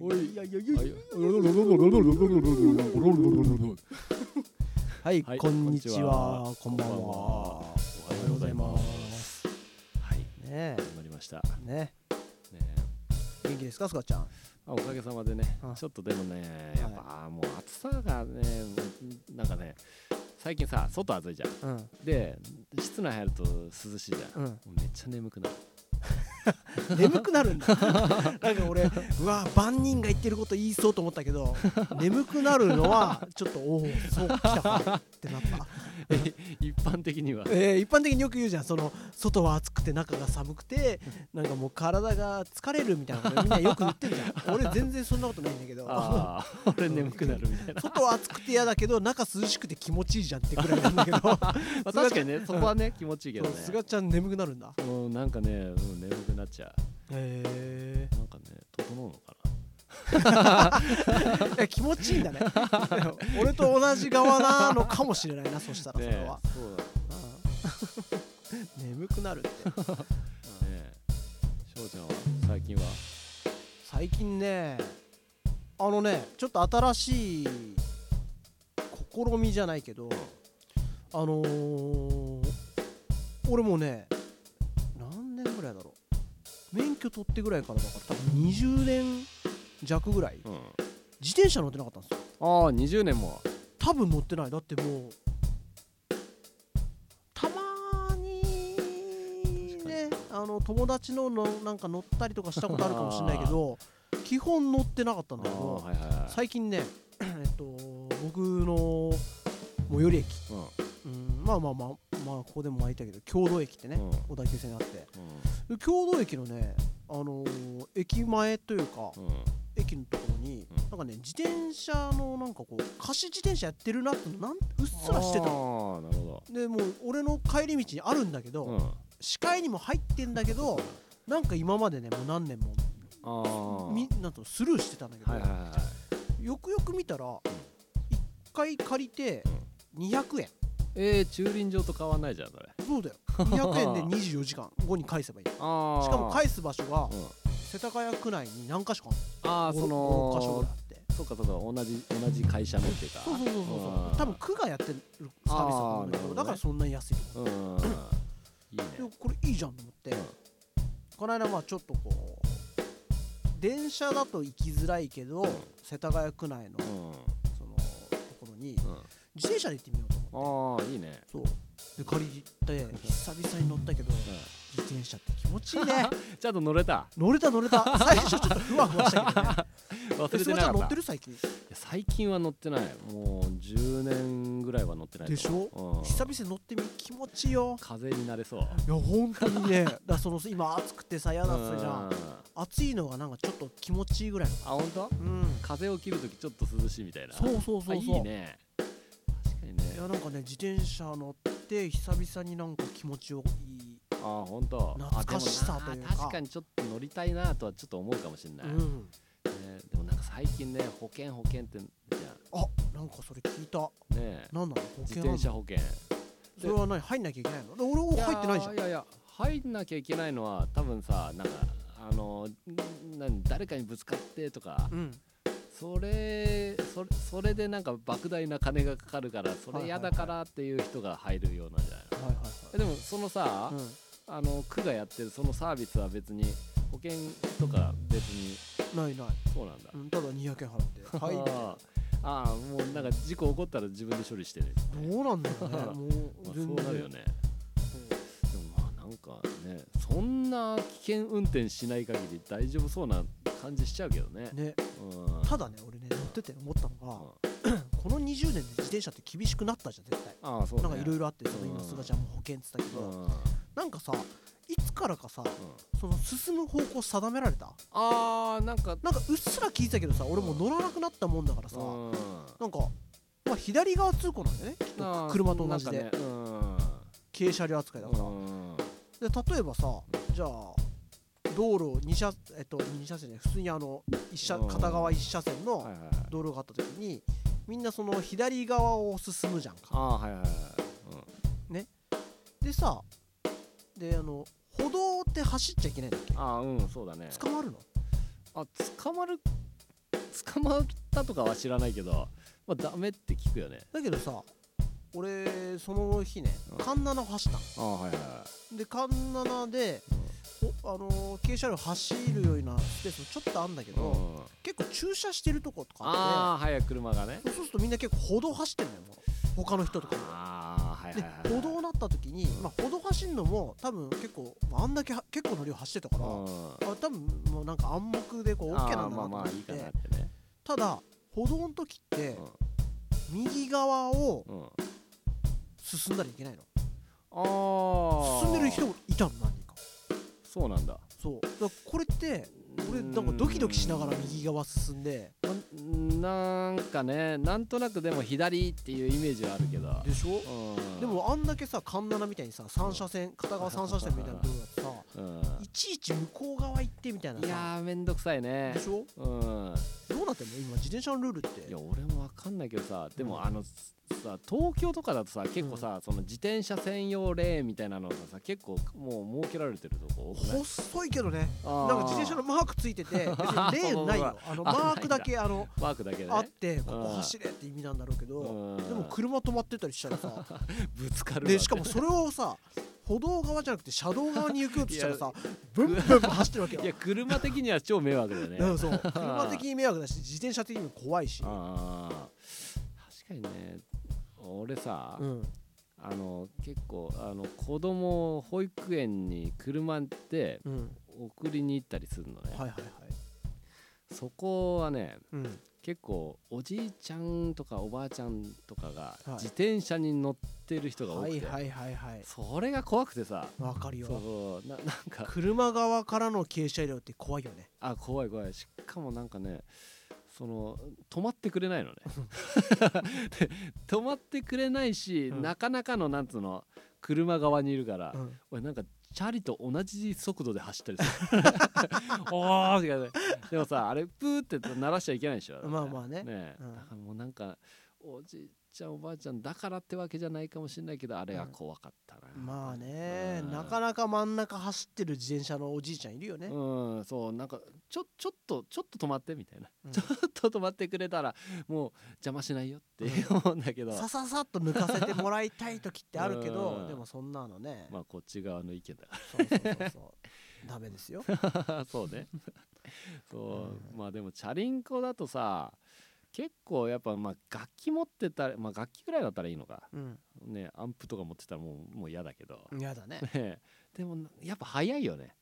おいいやいやいやいやはい、はいこんにちは、ここんんばばんんは。おはおはようございますす。はいね始まりましたえ、ねねえ、元気ですか、すかちゃん。あおかげさまでねあちょっとでもねやっぱもう暑さがねもうなんかね最近さ外暑いじゃんうん、で室内入ると涼しいじゃんうん、もうめっちゃ眠くなる 眠くなるんだ。なんか俺、うわ、万人が言ってること言いそうと思ったけど、眠くなるのは、ちょっと、おお、そうきたかってなった。一般 的にはえー一般的によく言うじゃん、その外は暑くて中が寒くて、なんかもう体が疲れるみたいなことみんなよく言ってるじゃん。俺全然そんなことないんだけど。ああ俺眠くなるみた いな外は暑くて嫌だけど中涼しくて気持ちいいじゃんってくらいなんだけどまあ確かにねそこはね気持ちいいけどそうね菅ちゃん眠くなるんだうんなんかねうん眠くなっちゃへうなんかね整うのかえ気持ちいいんだね俺と同じ側なのかもしれないなそしたならそれねは、そうだうん 眠くなるってね翔ちゃんは最近は最近ねあのねちょっと新しい試みじゃないけどあのー俺もね何年ぐらいだろう免許取ってぐらいからだから多分20年弱ぐらいうん自転車乗ってなかったんですよああ20年も多分乗ってないだってもうたまにねあの友達ののなんか乗ったりとかしたことあるかもしれないけど基本乗ってなかったんだあけあどはいはいはい最近ねえっと僕の最寄り駅、うんうん、まあまあまあまあここでも参ったけど郷土駅ってねうん小田急線があってうで郷土駅のねあのー駅前というかんうん駅のところに、うんなんかね自転車のなんかこう貸し自転車やってるなってなんうっすらしてたあのあなるほでもう俺の帰り道にあるんだけど、どうん視界にも入ってんだけどなんか今までねもう何年もああみなんとスルーしてたんだけど、はいはいはいはいよくよく見たら一回借りて200円えー駐輪場と変わんないじゃんそれそうだよ200円で24時 間後に返せばいいあしかもい返す場所がうん世田谷区内に何か所かあああるそ5箇所ぐのらいあってそうかそうか同じ同じ会社のっていうかそうそうそうそうそう多分区がやってるサービスだと思うんだけあーなるどほどねだからそんなに安いとうんうんいいね思うでこれいいじゃんと思って、うんこの間まあちょっとこう電車だと行きづらいけど、うん世田谷区内のうんそのところに自転車で行ってみようと思ってうんああいいねそうで借りて久々に乗ったけど自転車って気持ちいいね うんちゃんと乗れた乗れた乗れた最初ちょっとふわふわしたけどね 忘えれそてのちなゃかん乗っってたいる最近や最近は乗ってないもう10年ぐらいは乗ってないとでしょ思ううん久々に乗ってみ気持ちいいよ風になれそういや本当にね だからその今暑くてさ嫌だったじゃうんん暑いのがなんかちょっと気持ちいいぐらいのあ本当うん風を切るときちょっと涼しいみたいなそうそうそうそうあいいね確かにねいやなんかね自転車乗って久々になんか気持ちよいい、ああ本当懐かしさというか確かにちょっと乗りたいなとはちょっと思うかもしれない、ね、ん、でもなんか最近ね保険保険ってじゃあなんかそれ聞いたんねなんなの保自険な転んだ車保険それは何入んなきゃいけないので俺も入ってないじゃんいやいやいや入んなきゃいけないのは多分さなんかあのんなん誰かにぶつかってとかうんそれそれそれでなんか莫大な金がかかるからそれ嫌だからっていう人が入るようなんじゃないの、はいはいえでもそのさ、はい、あの区がやってるそのサービスは別に保険とか別にうん、ないない、そうなんだうん、ただ200円払 ってはいみたいなああああもうなんか事故起こったら自分で処理してる、どうなんだ ろうねもうまあ、そ全う然、なるよねでもまあなんかねそんな危険運転しない限り大丈夫そうな感じしちゃうけどねうんねうんただね俺ね乗ってて思ったのうがん、この20年で自転車って厳しくなったじゃん絶対ああそうねなんかいろいろろあってその今うんすがちゃんも保険っつったけど、うんうんなんかさいつからかさその進む方向定められたああなんかなんかうっすら聞いてたけどさ俺もう乗らなくなったもんだからさ、なんか、まあ、左側通行なんだよねきっと車と同じで、なんかねうん軽車両扱いだから、うんで例えばさじゃあ道路2車えっと2車線で普通にあの一車うん片側1車線はいのはいはい道路があった時にみんなその左側を進むじゃんあかあはいはいはいでさであの歩道って走っちゃいけないんだっけうんああうんそうだね捕まるのあ捕まる捕まったとかは知らないけど、まあ、ダメって聞くよねだけどさ俺その日ねうんカンナナを走ったああはいはいはのでカンナナでおあのー軽車両走るようなスペースもちょっとあんだけい、うどん結構駐車してるとことかあああ早く車がねってそうするとみんな結構歩道走ってんだよもう他の人とかもああはいはでいはい歩道になった時にんまあ歩道走るのも多分結構まああんだけは結構の量走ってたからうんあ多分もうなんか暗黙でこう OK なんだなとあーまあ思まっあいいかなっててねただ歩道の時って右側をうん、うん、あ進んだらいけないのあ進んでる人いたの何人かそうなんだそうだからこれって俺なんかドキドキしながら右側進んでななんかねなんとなくでも左っていうイメージはあるけどでしょうんでもあんだけさカンナナみたいにさ3車線片側3車線みたいなところだってうんさいちいち向こう側行ってみたいないさやーめんどくさいねでしょうんどうなってんの今自転車のルールっていや俺もわかんないけどさでもあのさ東京とかだとさ結構さ、その自転車専用レーンみたいなのがさ結構もう設けられてるとこ多くない細いけどねあなんーか自転車のマークつ いてて別にレーンないよあのマークだけあのマークだけでねあってこうこん走れって意味なんだろうけどうんでも車止まってたりしたらさぶつかるわでしかもそれをさ歩道側じゃなくて車道側に行くようとしたらさブンブンブン走ってるわけよいや車的には超迷惑だよねうんそう 車的に迷惑だし自転車的にも怖いし、あー確かにね俺さ、うん、あの結構あの子供を保育園に車でうん、送りに行ったりするのね、はいはいはい、そこはねうん、結構おじいちゃんとかおばあちゃんとかがい自転車に乗ってる人が多はくいて、はいはいはいそれが怖くてさわかるそうよそうななん か車側からの傾斜量って怖いよねあ怖い怖いしかもなんかねその止まってくれ ないのねで止まってくれないし、うんなかなかのなんつうの車側にいるから、うん俺なんかチャリと同じ速度で走ったりす るおーって感じでもさあれプーって鳴らしちゃいけないでしょまあまあねねえ、うんだからもうなんかおじいちゃんおばあちゃんだからってわけじゃないかもしれないけどあれは怖かったな、まあねうんなかなか真ん中走ってる自転車のおじいちゃんいるよね、うんそうなんかちょちょっとちょっと止まってみたいな、うんちょっと止まってくれたらもう邪魔しないよって思うんだけど、さささっと抜かせてもらいたい時ってあるけど、うんでもそんなのね、まあこっち側の意見だかそうそうそうそうダメですよ、ら そ うねそう、まあでもチャリンコだとさ結構やっぱまあ楽器持ってたら、まあ、楽器ぐらいだったらいいのかうん、ねアンプとか持ってたらもうもう嫌だけど、やだねね、でもやっぱ早いよね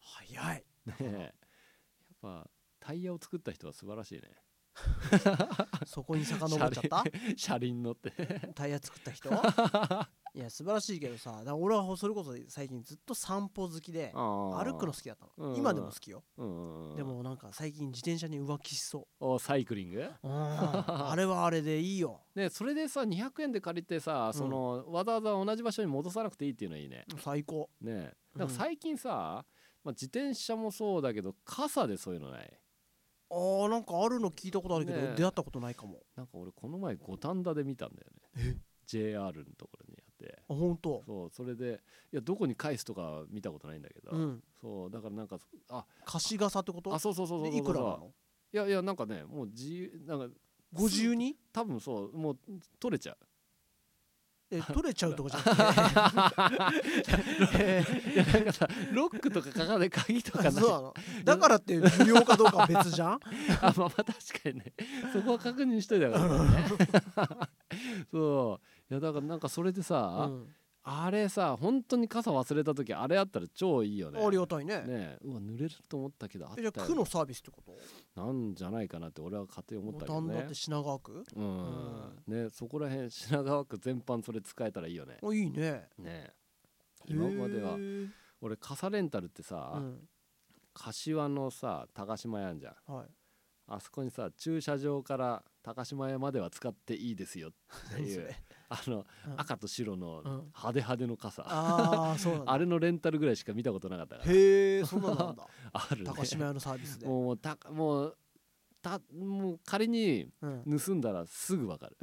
早いねやっぱタイヤを作った人は素晴らしいねそこに遡っ ちゃった車輪乗ってタイヤ作った 人いや素晴らしいけどさだから俺はそれこそ最近ずっと散歩好きで歩歩くの好きだったうのん今でも好きようんでもなんか最近自転車に浮気しそおサイクリングうあれはあれでいいよねそれでさ200円で借りてさんその、わざわざ同じ場所に戻さなくていいっていうのはいいね最高ねうんなんか最近さ、まあ、自転車もそうだけど傘でそういうのないあーなんかあるの聞いたことあるけど、ねえ出会ったことないかもなんか俺この前五反田で見たんだよね JR のところにあってあ本当そうそれでいやどこに返すとか見たことないんだけど、うんそうだからなんかあ貸し傘ってことあそうそうそうそうでそういそくうらなのいやいやなんかねもう自由なんかご自由に多分そうもう取れちゃうえ取れちゃうとか じゃなくてえいやなんかさロックとかかかで鍵とかーな そいうなのだからって無料かどうかは別じゃん あまあまあ確かにねそこは確認しといたからねそういやだからなんかそれでうさ、んあれさ本当に傘忘れた時あれあったら超いいよねありがたいねねうわ濡れると思ったけどあっえたじゃよあ区のサービスってことなんじゃないかなって俺は勝手に思ったけど五反田ねって品川区うん、ねそこら辺品川区全般それ使えたらいいよねあいいねね今までへはー俺傘レンタルってさ、うん柏のさ高島屋あんじゃんはいあそこにさ駐車場から高島屋までは使っていいですよって何いそうれあの、うん赤と白うのん派手派手の傘、ああそうなんだあれのレンタルぐらいしか見たことなかったからへえそんなのなん だあるね高島屋のサービスでもうたもうたもう仮にうん盗んだらすぐわかる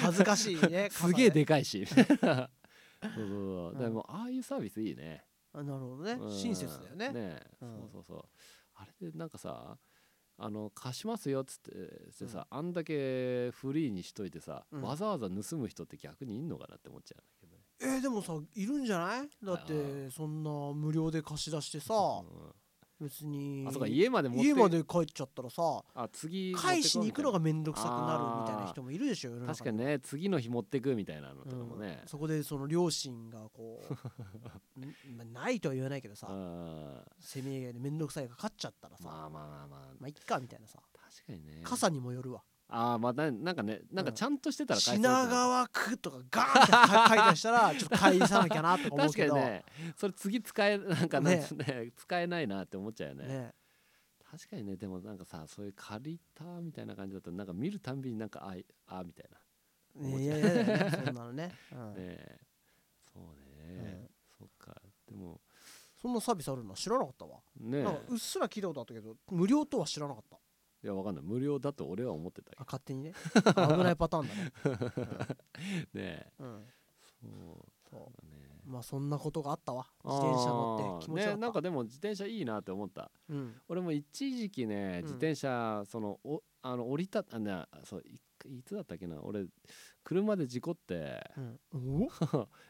恥ずか しいねすげ傘えねでかい しそうそうそううんだからもうああいうサービスいいねあなるほどねうん親切だよねねうんそうそうそうあれでなんかさあの貸しますよっつってしてさ、あんだけフリーにしといてさ、うんわざわざ盗む人って逆にいんのかなって思っちゃうんだけどねえーでもさいるんじゃないだっあてそんな無料で貸し出してさ別うにんあそうか家まで持って家まで帰っちゃったらさあ次持ってこう返しに行くのが面倒くさくなるみたいあなー人もいるでしょ世のみたい中な確かにね次の日持ってくみたいなのとかもねうん、そこでその両親がこ うんまあないとは言わないけどうさんせめぎ合いで面倒くさいがかかっちゃったらさまあままあまあまあいっかみたいなさあ確かにね傘にもよるわああまあななんかねなんかちゃんとしてたら返せ品るけど川区とかガーンってか書いたした らちょっと返さなきゃなとか思う確かけにどねそれ次使えなんかなんねつうね使えないなって思っちゃうよねね確かにねでもなんかさそういう借りたみたいな感じだとなんか見るたんびになんかあいあみたいねいやいやいやそんなの ね、うんなねえそうね、うんそっかでもそんなサービスあるのは知らなかったわ、ねなんかうっすら聞いたことあったけど無料とは知らなかったいやわかんない無料だと俺は思ってたけあ勝手にね 危ないパターンだね、どねうん、そうそだねうまあそんなことがあったわ自転車乗って気持ちよかあった、ーねなんかでも自転車いいなって思ったうん俺も一時期ねうん自転車、そのおあの降りたあなそういいつだったっけな俺車で事故ってうん、お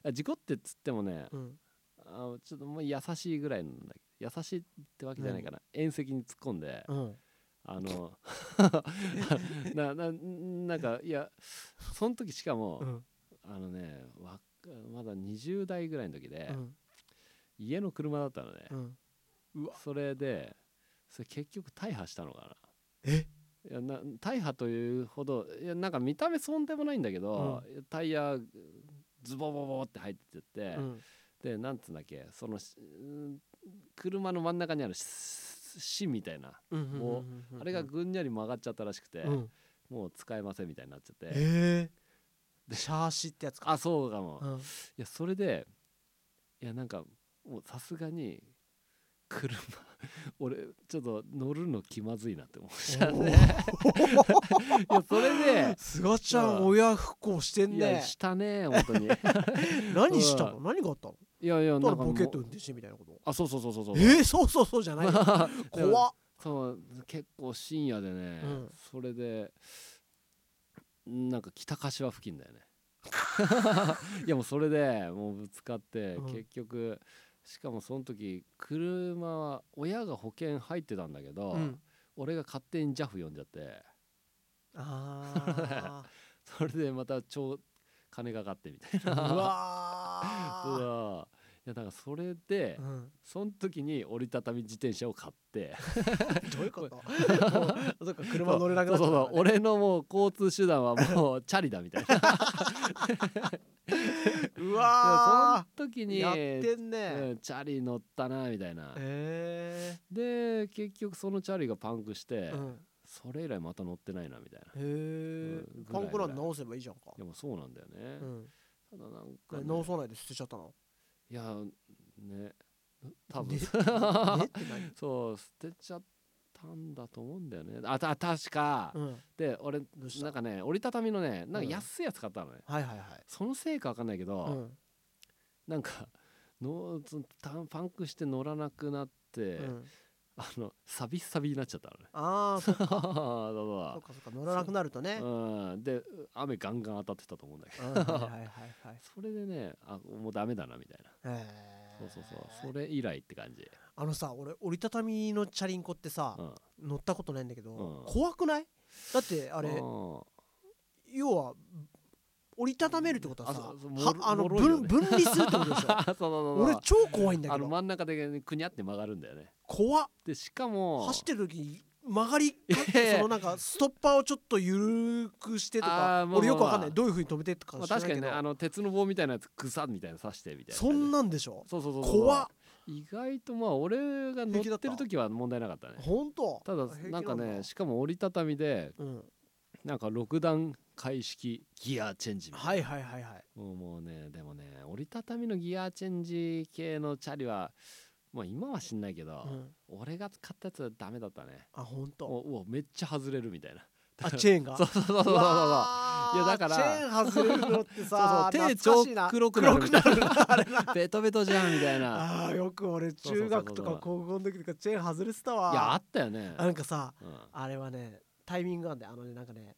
あ事故ってっつってもねうん、あのちょっともう優しいぐらいなんだ優しいってわけじゃないかな縁石に突っ込んでうん、あの なななんかいやその時しかも、うんあのねわまだ20代ぐらいの時で、うん家の車だったのね、うんそれでそれ結局大破したのかえないやな大破というほどいやなんか見た目そんでもないんだけど、タイヤズボボボって入ってって、うんでなんつうんだっけそのしうん車の真ん中にあるし芯みたいな、うんうんもううんうんあれがぐんにゃり曲がっちゃったらしくて、うんもう使えませんみたいになっちゃって、えー、シャーシってやつかあそうかも、ういん、やそれでいやなんかもうさすがに車 俺ちょっと乗るの気まずいなって思っちゃうねいやそ れで菅ちゃん親不孝してんいやねしたね本当にい何したの何があったのやいやなんだかからポもうケット運転してみたいなことあそうそうそうそうそうえー、そうそうそうじゃないよ怖っ そう結構深夜でね、うんそれでなんか北柏付近だよね いやもうそれでもうぶつかって、うん結局しかもその時車は親が保険入ってたんだけど、 うん俺が勝手に JAF 呼んじゃってあそれでまた超金がかかってみたいーなううわわいやだからそれで、ーうんその時に折りたたみ自転車を買ってどういう ことそっか車乗れなくなっちゃそうったからねそうそう俺のもう交通手段はもうチャリだみたい なうでそわの時ーにやってんうねんチャリ乗ったなみたいなへで結局そのチャリがパンクして、えうんそれ以来また乗ってないなみたいなへえうんパンクラン直せばいいじゃんかでもそうなんだよね、うんただなんえかね、直さないで捨てちゃったのいやね多分、 ねねって何そう捨てちゃったんだと思うんだよねあた確か、うんで俺どうしたなんかね折りたたみのねなんうんか安いやつ買ったのね、はいはいはいそのせいかわかんないけど、うんなんかのそのたパンクして乗らなくなって、うんあのサビッサビになっちゃった のね。ああそっかそうそっそかそっか乗らなくなるとねううんで雨ガンガン当たってたと思うんだけどうんはいはいはいはいそれでねあもうダメだなみたいなへーそうそうそうそれ以来って感じ、あのさ俺折りたたみのチャリンコってさうん、あ乗ったことないんだけど、うん怖くないだってあれ要は折りたためるってことはさあそうそうもはろあのもろいよ分ね分離するってことでしょあ そうそうそう俺そう超怖いんだあけのど真ん中でくにゃって曲がるんだよね怖っでしかも走ってる時に曲がり かいやいやそのなんかストッパーをちょっと緩くしてとあかーまあ俺よくわかんまなあまいあどういうふうに止めてとか知まらなあい確かけにねあどの鉄の棒みたいなやつ草みたいなの刺してみたいなそんなんでしょそうそうそうそう怖っ意外とまあ俺が乗ってる時は問題なかったねほんとただ平気なんかだねしかも折りたたみでうんなんか6段階式ギアチェンジみたいなはいはいはいはいもうもうねでもね折りたたみのギアチェンジ系のチャリはまあ今は知んないけど、うん俺が買ったやつはダメだったねあほんともううわめっちゃ外れるみたいなあチェーンが そうそうそうそう うそうそうそうわーいやだからチェーン外れるのってさそう手懐かしいな超黒くなるみたい黒く なるあれなベトベトじゃんみた いなあーよく俺そうそうそうそう中学とか高校の時とかチェーン外れてたわいやあったよねあなんかさうんあれはねタイミングなんであのねなんかね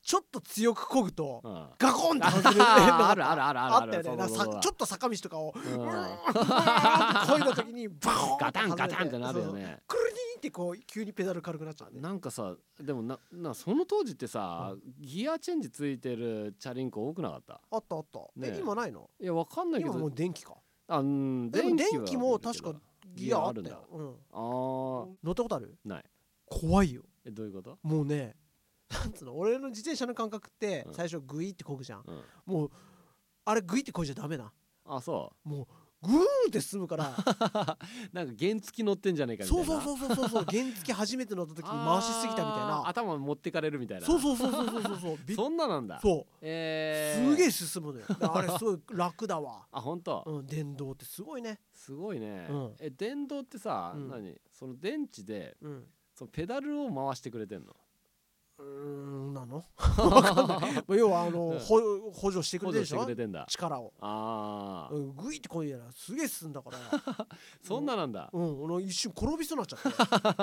ちょっと強く漕ぐとうん ガコンって外れるああるあるあるああっるたよねなんかさちょっっと坂道と かをと漕いだ時にバコーンガタンガタン外ってれなるよそうそうねクルリーンってこう急にペダル軽くなっちゃうねなんかさでもななその当時ってさギアチェンジついてるチャリンコ多くなかったあったあったねえ今ないのいやわかんないけ今もどう電気かあうんでも電は気も出てる確かけどギアあっギたアあようんあー乗ったことあるない怖いよえどういうこともうねなんつうの俺の自転車の感覚ってうん最初グイってこぐじゃんうんもうあれグイってこいじゃダメなあそグーって進むからうなんか原付き乗ってんじゃねえかみたいそうなそううそうそうそうそう原付初めて乗った時に回しすぎたみたいな頭持ってかれるみたいなそうそうそうそうそうそうそうびっそんななんだそうえーすげえ進 むのよだからあれすごい楽だわあ本当うん電動ってすごいねすごいねうんえ電動ってさうん何その電池でうんそのペダルを回してくれてんのうーんな のわかんないまあ要はあの、うんほ補助してくれ補てる助でしてょしくれてんだ力を、ああうん、グイってこいやらすげえ進んだから そんななんだうん俺一瞬転びそうになっちゃ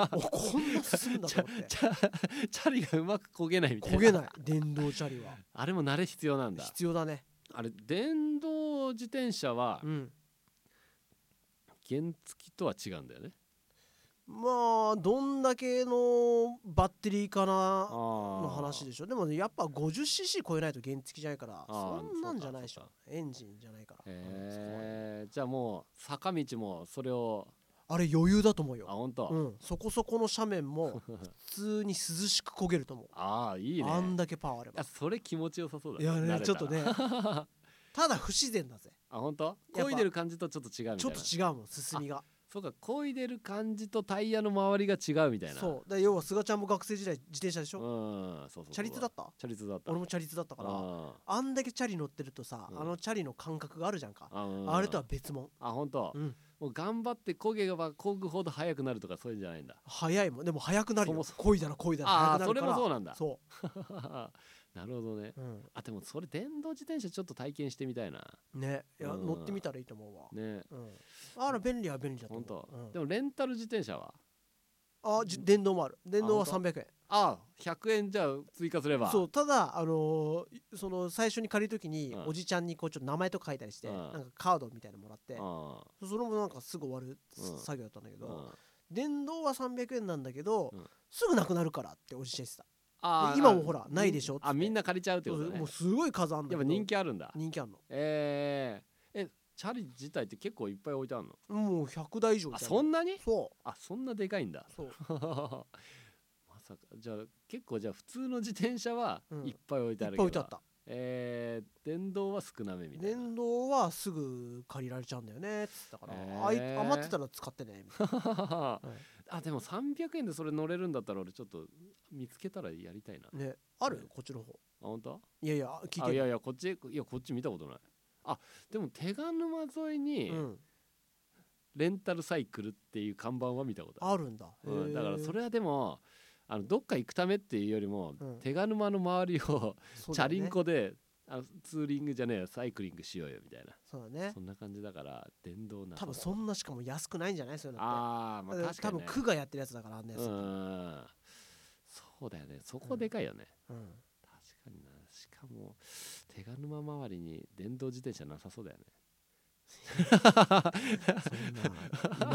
って おこんな進むんだと思ってチャチャリがうまく焦げないみたいな焦げない電動チャリは あれも慣れ必要 なんだ必要だねあれ電動自転車はうん原付とは違うんだよねまあどんだけのバッテリーかあなのの話でしょでも、ね、やっぱ 50cc 超えないと原付じゃないからあーそんなんじゃないでしょそうかエンジンじゃないから、えー、じゃあもう坂道もそれをあれ余裕だと思うあよ、本当、うん、そこそこの斜面 も普通に涼しく焦げると思うああいいねあんだけパワーあればあそれ気持ちよさそうだいや慣れねたらちょっとね ただ不自然だぜあ本当ぱ漕いでる感じとちょっと違うみちたょっいなと違うもん進みがそうか漕いでる感じとタイヤの周りが違うみたいなそうだ要は菅ちゃんも学生時代自転車でしょうんそうそうそうチャリ通だったチャリ通だった俺もチャリ通だったからああんだけチャリ乗ってるとさうんあのチャリの感覚があるじゃんかーあうんあれとは別物あ本当、うんもう頑張って漕げば漕ぐほど速くなるとかそういうんじゃないんだ速いもんでも速くなるよそこいだらこいだらあ速あくなそるれかもらそうなんだそ なるほどねううんあでもそれ電動自転車ちょっと体験してみたいなねいやうん乗ってみたらいいと思うわねうんあら便利は便利だと本思当、ううんでもレンタル自転車はあじ電動もある電動はあ本300円あ100円じゃあ追加すればそうただあのーその最初に借りる時にうんおじちゃんにこうちょっと名前とか書いたりしてうんなんかカードみたいなのもらってあそれもなんかすぐ終わるうん作業だったんだけー、うどん電動は300円なんだけどうんすぐなくなるからっておじちゃん言ってたあーで今もあほらないでしょっつってあみんな借りちゃうってそことうねもうすごい数あんだやっぱ人気あるんだ人気あんのえー、えチャリ自体って結構いっぱい置いてあるのもう100台以上あいたそんなにそあそんなでかいんだう そうまさかじゃあ結構じゃあ普通の自転車はうんいっぱい置いいてっあぱるいけ置いてど、あったえー、電動は少なめみたいな電動はすぐ借りられちゃうんだよねっつったから、へあいー余ってたら使ってねみたい あうんでも300円でそれ乗れるんだったら俺ちょっと見つけたらやりたいなあ なねあるこっちの方本当いやいや聞あいいてやいやこっちいやこっち見たことないあでも手賀沼沿いにうん、レンタルサイクルっていう看板は見たことああるんだ、る、うん、だからそれれはでもあのどっか行くためっていうよりも、うん手賀沼の周りをチャリンコであのツーリングじゃねえよサイクリングしようよみたいなそうだねそんな感じだから電動な多分そんなしかも安くないんじゃないそういうのってああまあだから確かに、ね、多分区がやってるやつだからあんなやつ、ううんんそうだよねそこでかいよね、確かになしかも手賀沼周りに電動自転車なさそうだよねそんな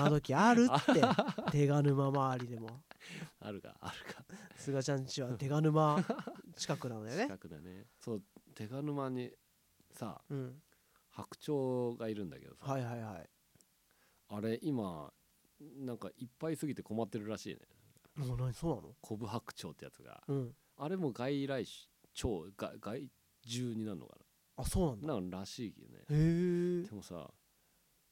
今時あるっ て手賀沼周りでもあるかあるか菅ちゃんちは手賀沼近くなのよね近くだねそう手賀沼にさうん白鳥がいるんだけどさ、はいはいはいあれ今なんかいっぱいすぎて困ってるらしいねもう何そうなのコブ白鳥ってやつがうんあれも外来鳥が害獣になるのかあそうなんだななんからしいよねへえでもさ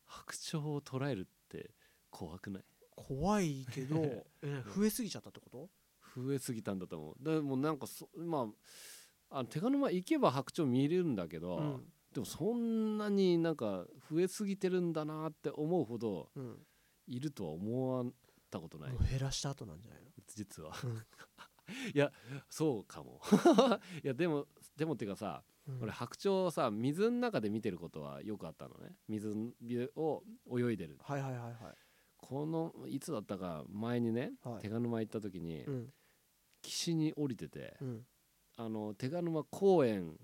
白鳥を捕らえるって怖くない怖いけど え増えすぎちゃったってこと増えすぎたんだと思うでもなんかそまああの手賀沼行けば白鳥見れるんだけど、うんでもそんなになんか増えすぎてるんだなって思うほどうんいるとは思わったことないもう減らした後なんじゃないの実は そうかも いやでもでもっていうかさうん俺白鳥をさ水の中で見てることはよくあったのね水を泳いでるはいはいはいはいこのいつだったか前にね、はい手賀沼行った時に、うん岸に降りてて、うんあの手賀沼公園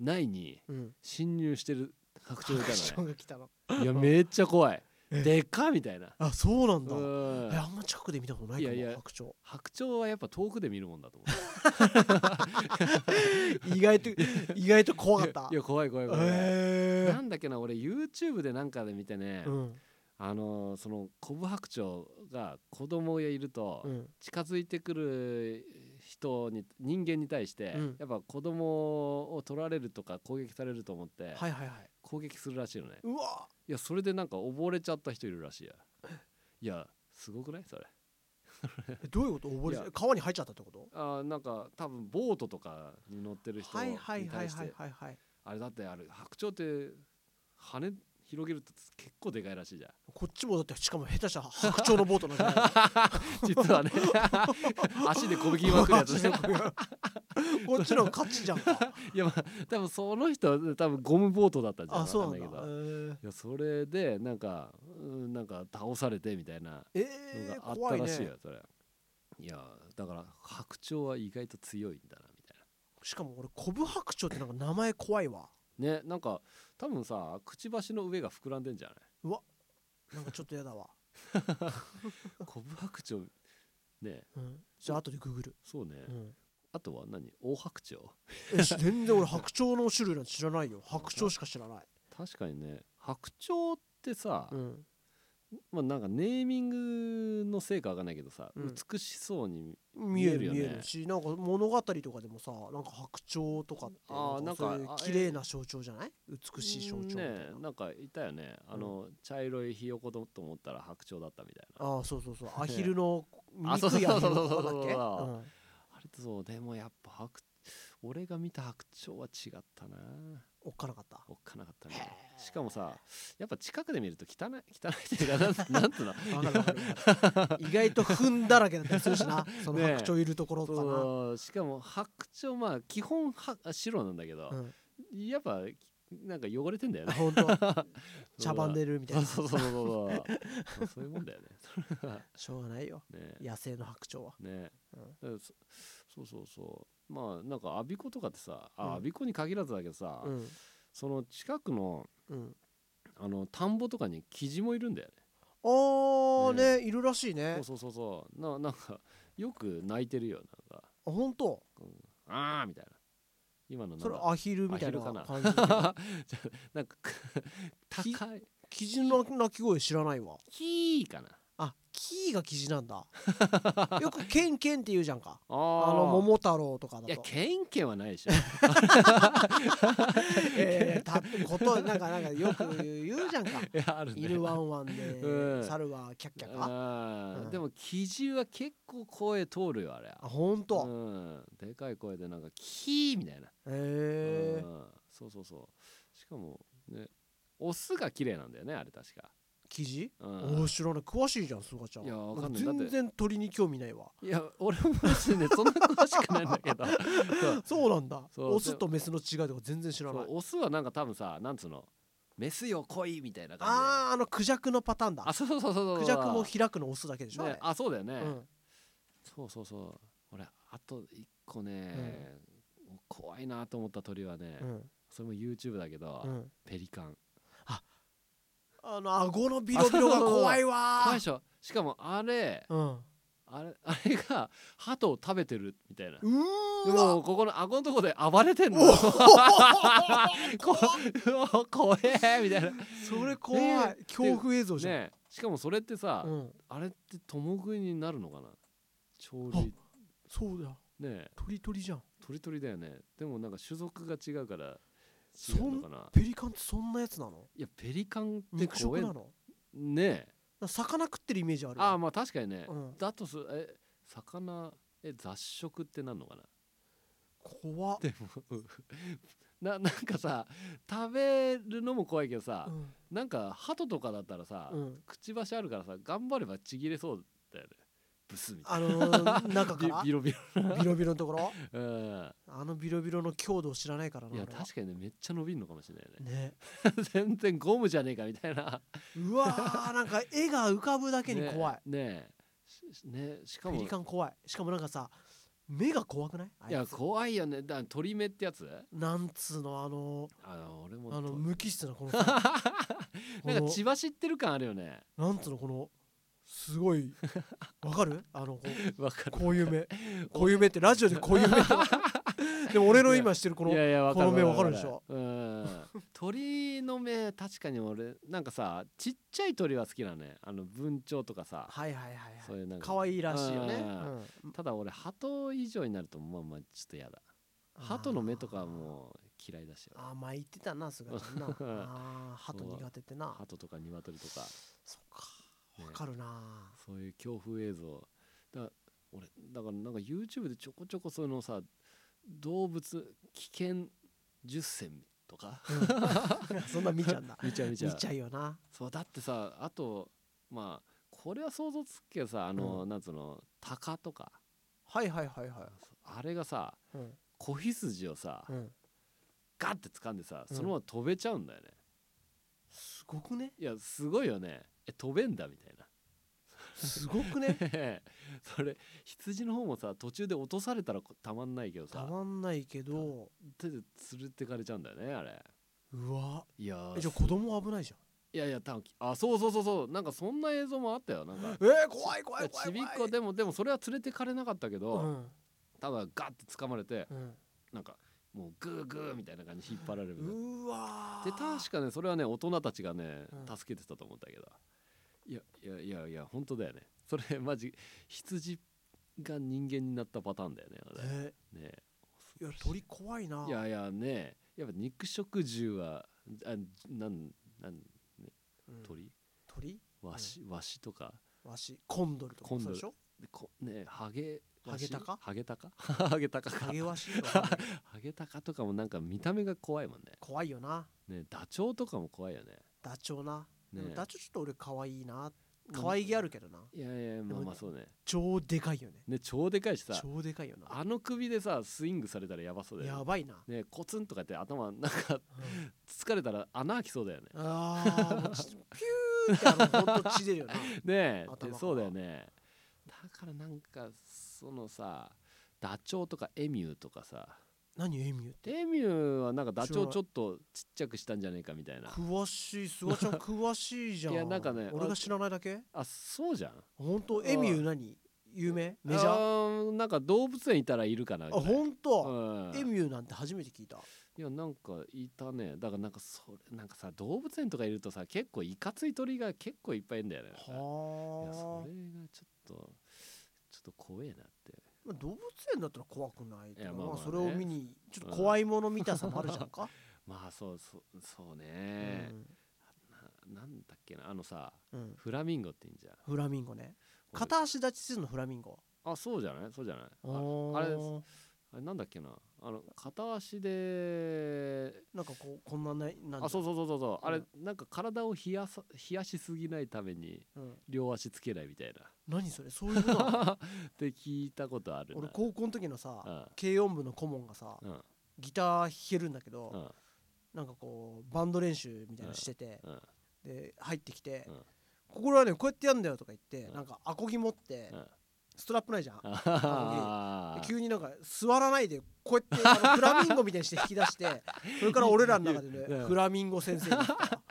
内にうん侵入してる白鳥がいアクショたのンが来たのねいやめっちゃ怖いえでっかみたいなあそうなんだうんえあんま近くで見たことないかもいやいや白 鳥白鳥はやっぱ遠くで見るもんだと思う意外と意外と怖か ったいや怖い怖い怖い、へなんだっけな俺 YouTube でなんかで見てね、えうんあのーそのコブ白鳥が子供がいるとうん近づいてくる人に人間に対してうんやっぱ子供を取られるとか攻撃されると思ってはいはいはい攻撃するらしいのねうわいやそれでなんか溺れちゃった人いるらしいやいやすごくないそれえどういうこと溺れいや川に入っちゃったってことあーなんか多分ボートとかに乗ってる人はいにはいはい対しはいてはいはいあれだってあれ白鳥って羽広げると結構でかいらし いじゃんこっちもだってしかも下手したら白鳥のボートなんじゃ ない実はね 足でこびきりまくる やつ ねこっちの方が勝ちじゃん かいやまあ多分その人は多分ゴムボートだったんじゃないあそうなんだわかんないけどへいやそれでなんかうんなんか倒されてみたいなえのえがーあっ怖たいらしいよねそれいやだから白鳥は意外と強いんだなみたいしかも俺コブ白鳥ってなんか名前怖いわなねなんか多分さくちばしの上が膨らんでんじゃないなんかちょっとやだ わコブ白鳥ねうんじゃあ後でググるそうね、うんあとは何大白鳥えし全然俺白鳥の種類なんて知らないよ白鳥しか知らない確かにね白鳥ってさ、うんまあなんかネーミングのせいかわかんないけどさ、うん美しそうに見え見えるるよ見ねえるしなんか物語とかでもさなんか白鳥とかってあーなんかそういなうんかあ綺麗な象徴じゃない美しい象徴みたいねえななんかいたよねあの、茶色いひよことと思ったら白鳥だったみたいなあああそうそうそうアヒルのあそうそう肉やアヒルのそ子うそだっうそうそうけそううんれってそうでもやっぱ白俺が見た白鳥は違ったなおっかなかったおっかなかったねへえしかもさやっぱ近くで見ると汚い汚いっていうかなんつなんつうのわかるわかるわ かる意外と糞だらけだったりするしなそのねえ白鳥いるところとかなそうしかも白鳥まあ基本は白なんだけど、うんやっぱなんか汚れてんだよあね本 当茶番でるみたいそうなそうそうそうそうまあそういうもんだよねしょうがないよね野生の白鳥はね、うえそそうそうそうまあなんか我孫子とかってさあうん我孫子に限らずだけどさ、うんその近くのうんあの田んぼとかにキジもいるんだよねああねいるらしいねそうそうそうそうな なんかよく泣いてるよなんかあ本当「あー」みたいな今のなんそれかアヒルみたいなアヒルかな感じ だなんかくキ 高いキジの鳴き声知らないわ「キー」かなあキーがキジなん だよくケンケンって言うじゃんかああーの桃太郎とかだいやとケンケンはないでし ょえーたことなんかなんかよく言うじゃん かいやあるね犬ワンワンでうん猿はキャッキャかあーうんでもキジは結構声通るよあれあほんとうん、でかい声でなんか「キー」みたいな、へえうん、そうそうそうしかもねオスが綺麗なんだよねあれ確か、記事うおんー、知らない詳しいじゃんすがちゃんいやわかんないなかだって全然鳥に興味ないわいや俺も別にねそんな詳しくないんだ けどそうそうなんだそうオスとメスの違いとか全然知らそなういオスはなんか多分さなんつうのメスよ来いみたいな感じであーあのクジャクのパターンだあそうそうそうそうそうクジャクも開くのオスだけでしょあねれあそうだよね、うんそうそうそう俺あと一個ね、怖いなと思った鳥はね、うんそれも YouTube だけど、うんペリカンあの顎のビロビロが怖いわ 怖いでしょしかもあれうんあれ あれが鳩を食べてるみたいな。うでーわもここの顎のとこで暴れてんの。 こう怖えみたいな。それ怖いね恐怖映像じゃん、ねえしかもそれってさ、うん、あれって共食いになるのかな鳥類ねそうだえ鳥鳥じゃん鳥鳥だよねでもなんか種族が違うからそ違んうのかなペリカンってそんなやつなのいやペリカンって肉食怖えなのねえ魚食ってるイメージあるああわまあ確かにね、うんだとすえ魚え雑食ってなんのかな怖っ、でもな なんかさ食べるのも怖いけどさ、うんなんか鳩とかだったらさ、うん、くちばしあるからさ頑張ればちぎれそうだよねブスみたいあのー中かならビビロビビロビロのところロ、うん、あのビロビロの強度を知らないからないや俺は確かにねめっちゃ伸びるのかもしれないね ね全然ゴムじゃねえかみたいなうわー なんか絵が浮かぶだけに怖い、ねねえしねしかペもリカン怖いしかもなんかさ目が怖くないあいいやつ怖いよねだ鳥目ってやつなんつうのあのあの俺もあのと無機質なこ のさこなんかの血走ってる感ある よねなんつうのこのすごいわかるあのこ うわかるこういう目こういう目ってラジオでこういう目って でも俺の今してるこのいやいやわかるこの目わかるでしょうん鳥の目確かに俺なんかさちっちゃい鳥は好きなのねあの文鳥とかさはいはいはいはいそういうなんか可愛いらしいよね、うんうんただ俺鳩以上になるとまあまあちょっとやだ鳩の目とかはもう嫌いだしよあーあーまあ言ってたな菅 ちゃんなあー鳩苦手ってな鳩とか鶏とか、そっかねわかるな そういう恐怖映像だ俺だからなんか YouTube でちょこちょこそういうのさ動物危険10選とか そんな見ちゃうんだ見ちゃう見ちゃ見うちゃうよなそうだってさあとまあこれは想像つくけどさあの、うなんつうの鷹とかはいはいはいはあれがさいうん小羊をさ、うんガッて掴んでさうんそのまま飛べちゃうんだよね、すごくねいやすごいよねえ飛べんだみたいな すごくねそれ羊の方もさ途中で落とされたらこたまんないけどたさまんないけど手で連れてかれちゃうんだよねあれうわいやーえじゃあす子供危ないじいやいや多分あそうそうそうそうなんかそんな映像もあったよなんかゃんえー、怖い怖いやい怖ちいびっ怖いこでもでもそれは連れてかれなかったけど、うんただガッて掴まれてうんなんかもうグーグーみたいな感じで引っ張られるみたいなうわーで確かねそれはね大人たちがねうん助けてたと思うんだけど、いやいやいやいや本当だよねそれマジ羊が人間になったパターンだよねあれえねーいや鳥怖いないやいやねやっぱ肉食獣はあなんなうんん鳥鳥ワシワシとかわしコンドルとかコンドそうルでしょでこねハゲハゲタカワシハゲタカ ハゲタカハかゲワシとかねハゲタカとかもなんか見た目が怖いもんね怖いよなねダチョウとかも怖いよねダチョウな、ねでもダチョウちょっと俺可愛いな可愛げあるけどないやいやまあでもまあそうね超でかいよねね超でかいしさ超でかいよなあの首でさスイングされたらやばそうだよねやばいな、ねコツンとかって頭なんかうん疲れたら穴開きそうだよねあーもうちピューってあのほんと血出るよ なねえ頭でがそうだよねだからなんかそのさダチョウとかエミューとかさ何エミューってエミューはなんかダチョ知らウないちょっとちっちゃくしたんじゃねえかみたいな詳しい 菅ちゃん詳しいじゃんいやなんかね俺が知らないだけあそうじゃん本当んエミュー何有名メジャーあャーなんか動物園いたらいるかなぐらい本当、うんエミューなんて初めて聞いたいやなんかいたねだからなんかそれなんかさ動物園とかいるとさ結構いかつい鳥が結構いっぱいいるんだよねいやそはれがちょっとちょっと怖えなってあ動物園だったら怖くないけどいやままああまあねそれを見にちょっと怖いもの見たさもあるじゃんか、まあそうそうそうう ね、んななんだっけなあのさうん、フラミンゴっていいんじゃんフラミンゴね俺片足立ちするのフラミンゴあそうじゃないそうじゃないあああれですあれなんだっけなあの片足でなんかこうこんなねなんあそうう、そうそうそうそうあうれんなんか体を冷やさ冷やしすぎないためにうん、両足つけないみたいな 何それそういうことなのって聞いたことあるな俺高校の時のさ、うん軽音部の顧問がさうんギター弾けるんだけど、うんなんかこうバンド練習みたいなのしてて、うんで入ってきて、うんここらはねこうやってやんだよ」とか言って、うんなんかアコギ持って、うんストラップない じゃん、あであ急になんか座らないでこうやって あのフラミンゴみたいにして引き出してそれから俺らの中でうねんフラミンゴ先 生になったあ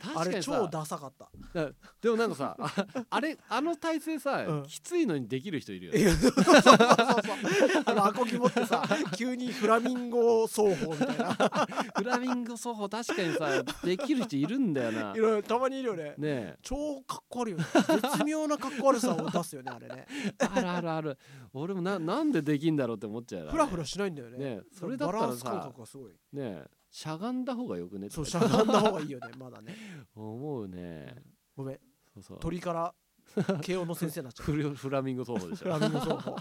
確かれに超さダサかっただでもなんかさあ あれあの体勢さ、うんきついのにできる人いるよいねやそうそうそうそうあのアコギ持って さ急にフラミンゴ奏法みたいなフラミンゴ奏法確かにさできる人いるんだよないろいろたまにいるよねね超かっこ悪いよね絶妙なかっこ悪さを出すよね あれねえあるあるある俺もななんでできんだろうって思っちゃうよねフラフラしないんだよねねそれだったらさバランス感覚がすごいねえしゃがんだ方がよくねってそうしゃがんだ方がいいよねまだね 思うねごめんそうそう鳥から慶応の先生になっちゃうフラフラミンゴ奏法でしフ ょラミンゴ奏法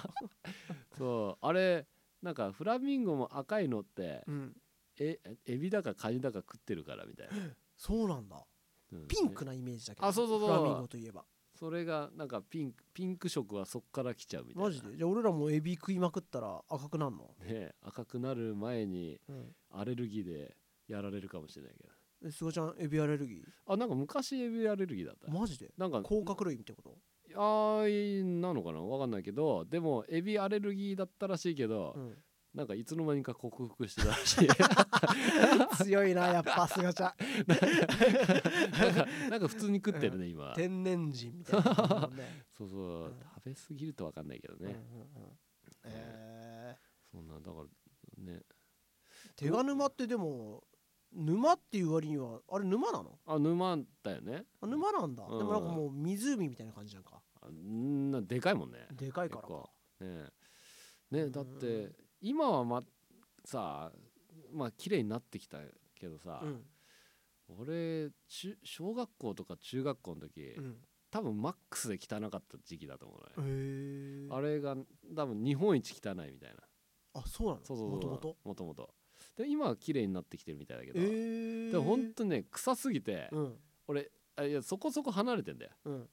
そうあれなんかフラミンゴも赤いのってうんえエビだかカニだか食ってるからみたいな、そうなんだうんピンクなイメージだけど、あそうそうそうフラミンゴといえばそれがなんかピンクピンク色はそっから来ちゃうみたいなマジでじゃあ俺らもエビ食いまくったら赤くなるの、ね赤くなる前にうんアレルギーでやられるかもしれないけどえ菅ちゃんエビアレルギあなんか昔エビアレルギーだったーマジでなんか甲殻類ってことあーなのかなわかんないけどでもエビアレルギーだったらしいけど、うんなんかいつの間にか克服してたら しい強いなやっぱ菅ちゃんなんかなんか普通に食ってるね今天然人みたいな感じだもん ねそうそう、うん食べ過ぎるとわかんないけどうんうんね、うんえそんなだからねー手賀沼ってでも沼っていう割にはあれ沼なのあ沼だよねあ沼なんだ、うんでもなんかもう湖みたいな感じじゃんかあんなでかいもんねでかいからか結構ねえねえだって今はまさあまあ綺麗になってきたけどさ、うん俺中小学校とか中学校の時、うん多分マックスで汚かった時期だと思うね、へえあれが多分日本一汚いみたいなあそうなのそうそうそうもともともともとで今は綺麗になってきてるみたいだけど、えでもほんとね臭すぎて、うん俺あいやそこそこ離れてんだようん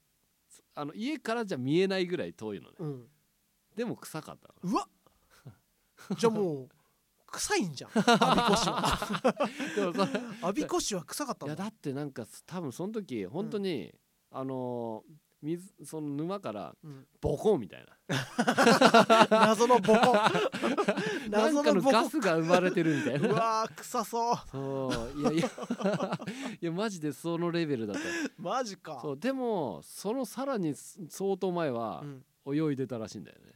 あの家からじゃ見えないぐらい遠いのねうんでも臭かったのうわじゃあもう臭いんじゃんアビコシはでもそれアビコシは臭かったんいやだだってなんかす多分その時本当に、あのー水その沼からうんボコンみたいな謎のボコな 謎んかののボコガスが生まれてるみたいう なわー臭そうそういやい やいやマジでそのレベルだったマジかそうでもそのさらに相当前はうん泳いでたらしいんだよね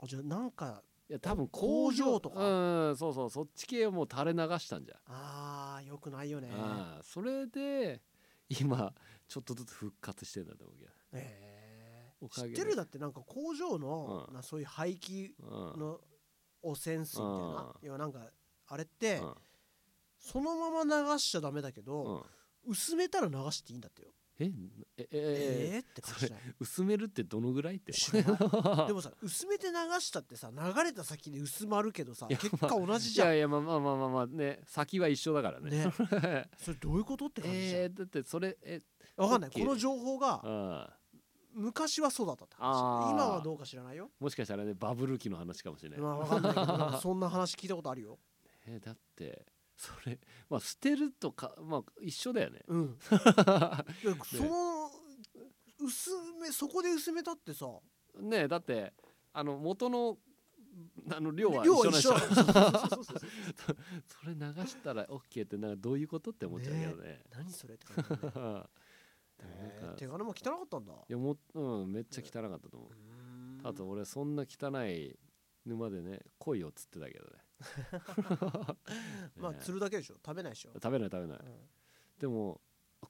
あじゃあなんかいや多分工工場場とかうんそうそうそっち系をもう垂れ流したんじゃんあーよくないよねああそれで今ちょっとずつ復活してんだと思うけどえーお知かげっでてるだってなんか工場のうんなそういう廃棄うんの汚染水みたいなう要はなんかあれってうんそのまま流しちゃダメだけうどん薄めたら流していいんだってよええええーって感じじゃない薄めるってどのぐらいって 知らないでももさ薄めて流したってさ流れた先で薄まるけどさいや結果同じじゃいんやいやまあまあまあまあまあね先は一緒だから ねねそれどういうことって感じじゃんえー、だってそれえわかんないオッケこーの情報があ昔はそうだったってあ話ー今はどうか知らないよもしかしたらねバブル期の話かもしれない、まあわかんないけどなんかそんな話聞いたことあるよえだってそれまあ捨てるとかまあ一緒だよねうん でその薄めそこで薄めたってさねえだってあの元のあの量は一量は緒なんで一し緒ょだそうそうそう そうそれ流したら OK ってなんかどういうことって思っちゃうけどね何それって感じ だねでも なんか、えー手金も汚かったんだいやもううんめっちゃ汚かったと思ううーんあと俺そんな汚い沼でね鯉を釣ってたけどね まあね釣るだけでしょ食べないでしょ食べない食べないうんでも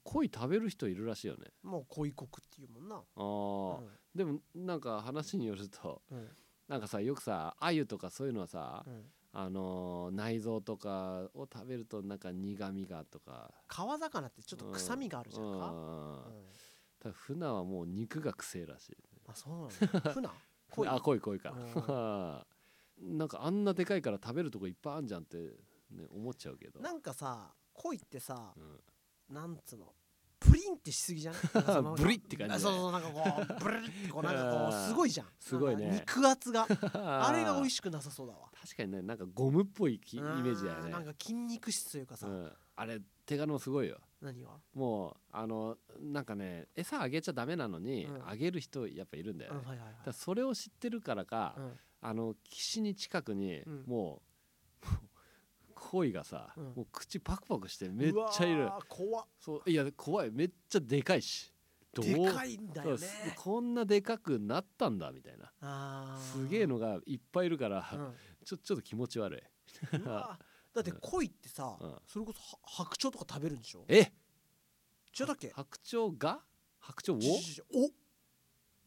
鯉食べる人いるらしいよねもう恋国っていうもんなあー、うでもなんか話によるとんうんなんかさよくさ鮎とかそういうのはさ、うんあのー内臓とかを食べるとなんか苦みがとか川魚ってちょっと臭みがあるじゃんうんかうんただ船はもう肉がくせえらしいあそうなん だ船恋あ鯉鯉か なんかあんなでかいから食べるとこいっぱいあんじゃんって、ね、思っちゃうけどなんかさ恋ってさうんなんつうのプリンってしすぎじゃん ブリって感じだあねそうそうなんかこうブリってこうなんかこううんすごいじゃんすごいねなんか肉厚が あれが美味しいしくなさそうだわ確かにねなんかゴムっぽいきイメージだようんねなんか筋肉質というかさうん、あれ手紙もすごいよ何はもうあのなんかね餌あげちゃダメなのに、うんあげる人やっぱいるんだようね、んはいはいはいだからそれを知ってるからか、うんあの岸に近くに、うんもう鯉がさ、うんもう口パクパクしてめっちゃいうるわー怖っそういや怖いめっちゃでかいしどうでかいんだそようねすこんなでかくなったんだみたいなあーすげえのがいっぱいいるから、 うんちょちょっと気持ち悪い。うわーだって鯉ってさうんそれこそは白鳥とか食べるんでしょえ違うだっけ白鳥が白鳥ちょをちょちょお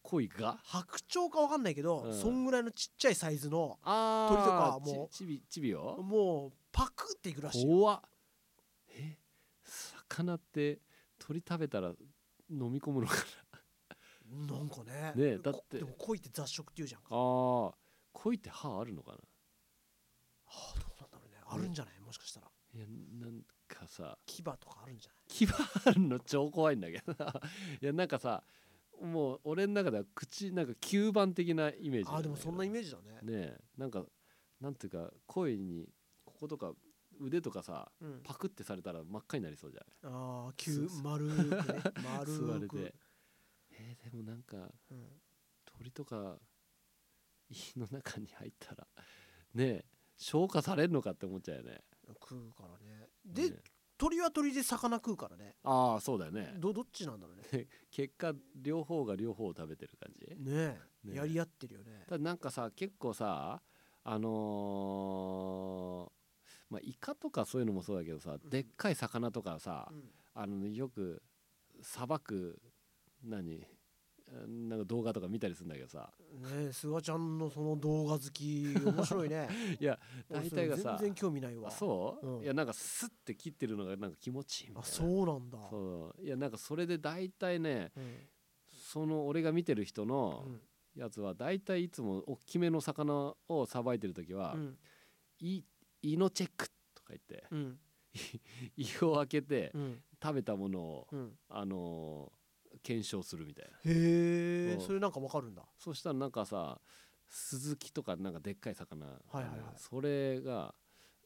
恋が白鳥かわかんないけど、うんそんぐらいのちっちゃいサイズのあ鳥とかーちもうちびちびよもうパクっていくらしいよ怖っえ魚って鳥食べたら飲み込むのか ななんかねねえだってこでも鯉って雑食っていうじゃんかあー恋って歯あるのかなああどうなんだろうねあるんじゃないもしかしたらいやなんかさ 牙とかあるんじゃ牙あるの超怖いんだけどないやなんかさもう俺の中では口なんか吸盤的なイメージあーでもそんなイねメージだねえなんかなんていうか声にこことか腕とかさうん、パクってされたら真っ赤になりそうじゃないああ急丸 くね吸われ丸くて、えーでもなんかうん、鳥とか胃の中に入ったらねえ消化されるのかって思っちゃうよね食うからねで、ね鳥は鳥で魚食うからねああそうだよねどどっちなんだろうね結果両方が両方を食べてる感じねえねやり合ってるよねただなんかさ結構さあのーまあイカとかそういうのもそうだけどさ、うんでっかい魚とかさ、うんあのねよくさばく何うんなんか動画とか見たりするんだけどさねえ菅ちゃんのその動画好き面白いね いや俺大体がさそれ全然興味ないあわうそう、んいやなんかスッて切ってるのがなんか気持ちいいみたいあなそうなんだそういやなんかそれで大体ねうんその俺が見てる人のうんやつは大体いつも大きめの魚をさばいてる時は、うん胃胃のチェックとか言ってうん胃を開けてうん食べたものを、うんあのー検証するみたいなへうえんそれなんかわかるんだそしたらなんかさスズキとかなんかでっかい魚、はいはいはいそれが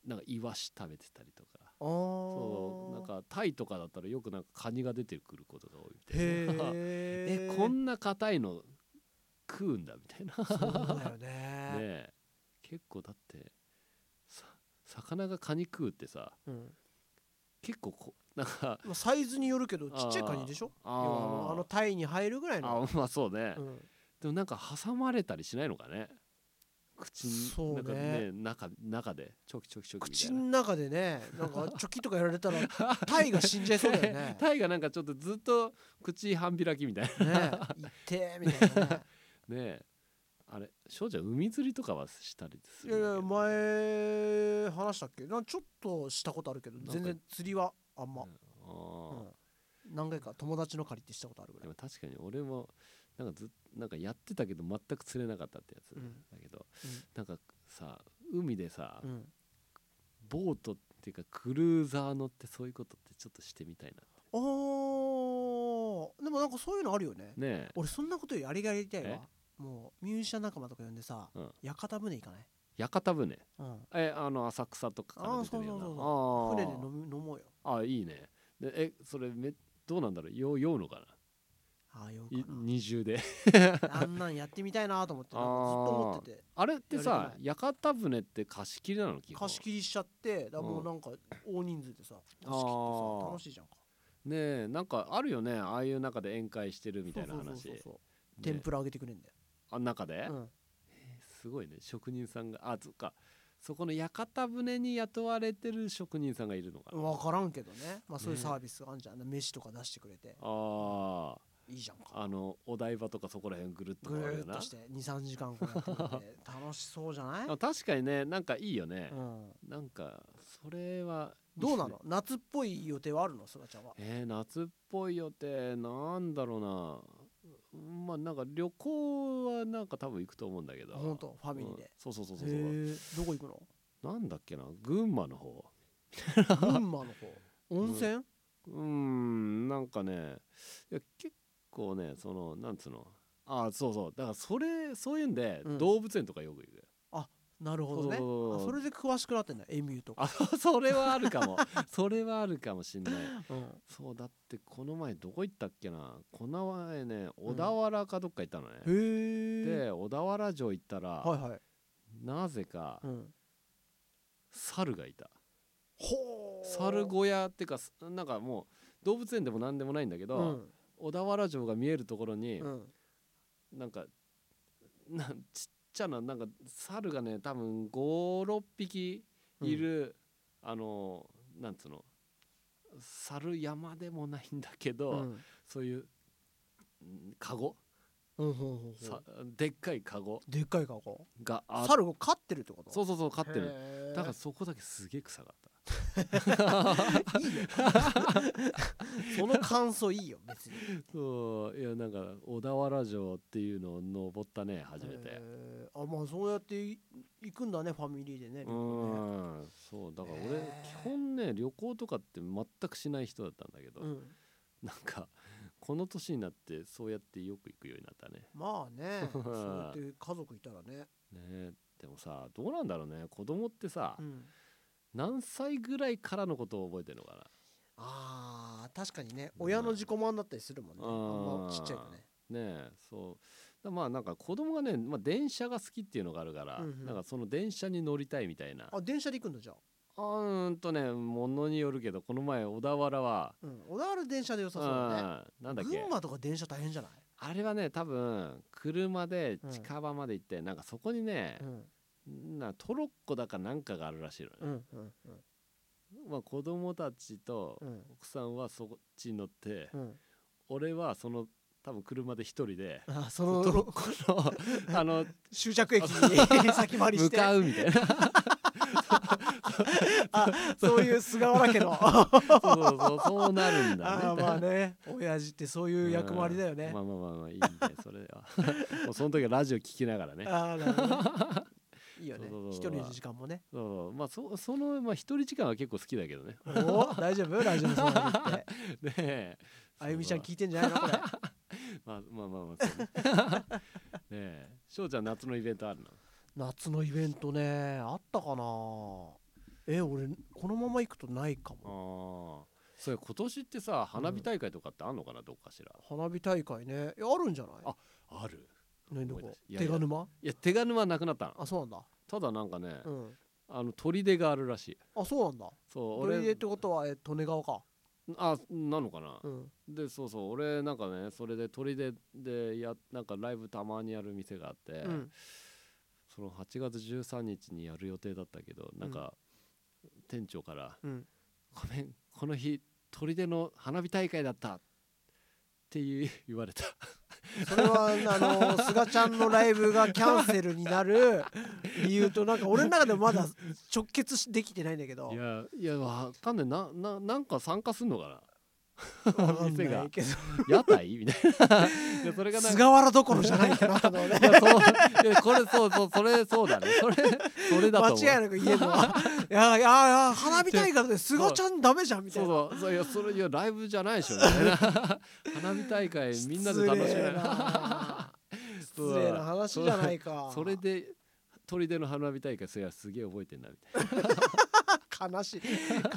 なんかイワシ食べてたりとかああそうなんかタイとかだったらよくなんかカニが出てくることが多いみたいへなえ えこんな硬いの食うんだみた いなそうだよねねえ結構だってさ魚がカニ食うってさうん結構こなんかまあサイズによるけどちっちゃいカニでしょあ要はあのタイに入るぐらいのあまあそうね、うんでもなんか挟まれたりしないのかね口にそうねなんかね中中でちょきちょきちょきみた口いのな中で ねなんかチョキとかやられたらタイが死んじゃいそうだよ ねタイがなんかちょっとずっと口半開きみたいねいってえみたいなねなねえあれ翔ちゃん海釣りとかはしたり すいるやんいだやけど前話したっけなんかちょっとしたことあるけどなんか全然釣りはあんま、あうーん何回か友達の借りてしたことあるぐでらいも確かに俺もなんかずっなんかやってたけど全く釣れなかったってやつうんだけど、うんなんかさ海でさ、うんボートっていうかクルーザー乗ってそういうことってちょっとしてみたいなあーでもなんかそういうのあるよねねえ俺そんなことよりあれがやりたいえわもうミュージシャン仲間とか呼んでさ、うん屋形船行かない、屋形船うん、えあの浅草とかから出てるようなあそうそうあ船ーで飲む飲もうよあいいねでえそれめどうなんだろうよ酔うのかああよないかな二重で あんなんやってみたいなと思ってなんかずっと思っててあれってやりたさくな屋形船って貸し切りなの基本貸し切りしちゃってだからもうなんか大人数でさ貸し切ってあさー楽しいじゃんかねえなんかあるよねああいう中で宴会してるみたいな話そうそうそうそう天ねぷらあげてくれんだよ、あ中で、うん、すごいね職人さんがあそっかそこの屋形船に雇われてる職人さんがいるのかな、分からんけどね、まあ、そういうねサービスがあんじゃん、飯とか出してくれてあいいじゃんかああのお台場とかそこら辺ぐるっとぐ回るるよーっなとして23時間こうやってやって 楽しそうじゃない、あ確かにねなんかいいよね、うん、なんかそれはどうなの夏っぽい予定はあるのすがちゃんはえー、夏っぽい予定なんだろうなまあなんか旅行はなんか多分行くと思うんだけど本当ファミリーうんで、そうそうそうそうへそうーどこ行くの なんだっけな群馬の方群馬の方温泉、うーんなんかねいや結構ねそのなんつうのあそうそうだからそれそういうんで、うん動物園とかよく行くよなるほどねそうそうあそうそれで詳しくなってんだエミューとか、あそう それはあるかもそれはあるかもしんないうんそうだってこの前どこ行ったっけなこの前ね小田原かどっか行ったのね、へえで小田原城行ったら、はいはい、なぜかうん、猿がいたほー猿小屋ってかすなんかもう動物園でも何でもないんだけど、うん小田原城が見えるところに、うんなんかなんちっちゃななんか猿がね多分56匹いる、あのなんつうの猿山でもないんだけど、うんそういううんカゴ、うんうんうんうんさでっかいカゴでっかいかこがあっ猿を飼ってるってことそうそうそう飼ってるるだからそこだけすげえ臭かった その感想いいよ別にそういやなんか小田原城っていうのを登ったね初めてえーあまあそうやってい行くんだねファミリーでねう、んそうだから俺ねえ基本ね旅行とかって全くしない人だったんだけどうんなんかこの年になってそうやってよく行くようになったねまあ ねそうやって家族いたらね、ねえでもさどうなんだろうね子供ってさ、うん、何歳ぐらいからのことを覚えてるのかなあー確かにね親の自己満だったりするもんね、うんあんまちっちゃいとねねえそうだまあなんか子供がね、まあ、電車が好きっていうのがあるから、うんうんなんかその電車に乗りたいみたいなあ電車で行くんだじゃあ、あーんとねものによるけどこの前小田原はうん、小田原電車で良さそうだねうんなんだっけ群馬とか電車大変じゃない、あれはね多分車で近場まで行って、なんかそこにねう、んなトロッコだかなんかがあるらしいのね、うんうんうんまあ、子供たちとうん奥さんはそっちに乗って、うん、俺はその多分車で一人 であそトロのッコのあの終着駅に先回りし向てかうみ たいなそうあそういう菅原家の そうそうそうなるんだねあーまあね親父ってそういう役割だようんね まあまあまあまあいいねそれ はもうその時はラジオ聞きながらねそうあーなるほどねいいよねそうそうそう一人の時間もねそうまあそそのまあ一人時間は結構好きだけ どねおー大丈夫ラジオのその話ってねえあゆみちゃんそう聞いてんじゃないのこれまあまあまあま あそうねねえ翔ちゃん夏のイベントあるの夏のイベントねあったかなえ俺このまま行くとないかもああそれ今年ってさ花火大会とかってあんのかな、どっかしら花火大会ねえあるんじゃないある何ど思いこ出すいやい手や賀沼いや手賀沼はなくなったのあそうなんだただなんかね、うんあの砦があるらしいあそうなんだそう鳥出っ俺てことはえ利根川かあなのかな、うんでそうそう俺なんかねそれで砦でやなんかライブたまにやる店があって、うんその8月13日にやる予定だったけどなんか、店長からうん「ごめんこの日砦の花火大会だった」っていう 言われたそれはあの 菅ちゃんのライブがキャンセルになる理由となんか俺の中でもまだ直結しできてないんだけどいやいやわかんないなななんか参加すんのかわかん店ながいけどな屋台みたい ないやそれがなんか菅原どころじゃないかなと思うねいやそういやこれそうそうそれそうだねそれそれだ間と思う違いなく言えるの はいやいやいや花火大会で菅ちゃんダメじゃんみたそいうなそうそういやそれいやライブじゃないでしょみたいな 花火大会みんなで楽しめ失礼るな そう失礼な話じゃないか それで砦の花火大会それはすげえ覚えてんなみたいな悲しい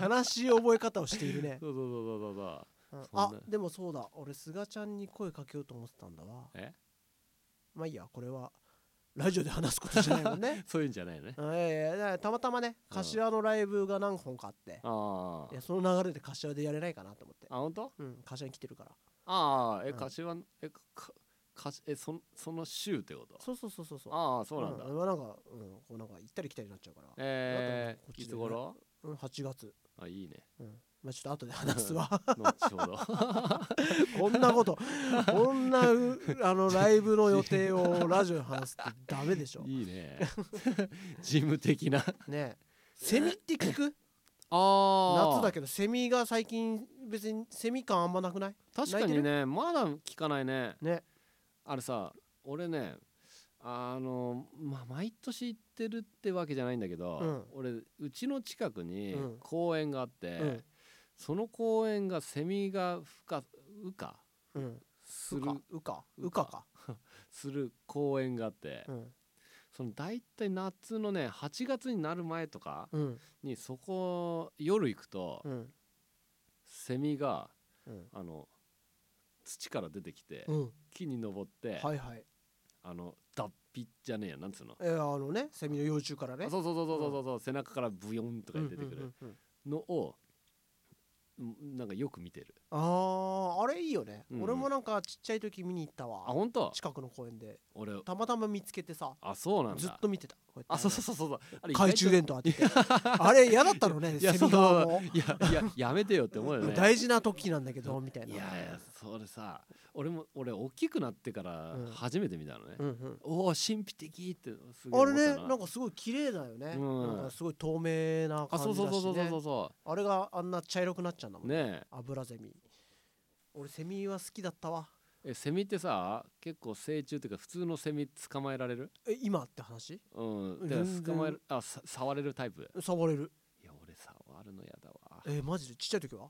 悲しい覚え方をしている ね、そうそうそうそうそううんそんなあでもそうだ俺菅ちゃんに声かけようと思ってたんだわえまあいいやこれはラジオで話すことじゃないもん ねそういうんじゃないよねうんいやいやだからたまたまねうん柏のライブが何本かあって、あいーやその流れで柏でやれないかなと思ってあ本当うん柏に来てるからああえうん柏のえかかえそんその週ってことそうそうそうそうそうああそうなんだ、うん、なんか、うん、こうなんか行ったり来たりになっちゃうから、えだからこっちー、でねいつ頃うん、8月、あいいねうん、まあちょっと後で話すわ後ほど こんなことこんなうあのライブの予定をラジオで話すってダメでしょ いいね事務的なねえセミって聞くあ夏だけけどセミが最近別にセミ感あんまなくない確かにねまだ聞かないねねあれさ俺ねあのまあ毎年行ってるってわけじゃないんだけど、うん俺うちの近くにうん公園があって、うんその公園がセミがふか羽化うんすうるかうかううかかかする公園があって、うんその大体夏のね8月になる前とかうんにそこ夜行くと、うんセミがうんあの土から出てきて、うん木に登って、はいはいあの脱皮じゃねえやなんつうの、えー、あのねセミの幼虫からねあそうそうそうそうそうそう、背中からブヨンとかうん出てくうんうるんうんのを、んなんかよく見てるあーあれいいよね、うん俺もなんかちっちゃい時見に行ったあわ本当近くの公園で俺たまたま見つけてさあそうなんだずっと見てたこやってあそうそうそうそうあれ懐中電灯当てて あれ嫌だったのねいやセそうミ側もいやいややめてよって思うよね 大事な時なんだけどみたいいなやいやそれさ俺も俺大きくなってからうん初めて見たのね、うんおお神秘的ってすうん、ごあい思れったねなんかすごい綺麗だよね、うんなんかすごい透明なあ感そうじそうだそうしそうそうそねうそあれがあんな茶色くなっちゃうんだもうんねね油ゼミ俺セミは好きだったわええセミってさ結構成虫っていうか普通のセミ捕まえられるえ今って話うんだから全然捕まえるあさ触れるタイプ触れるいや俺触るのやだわえマジでちっちゃい時は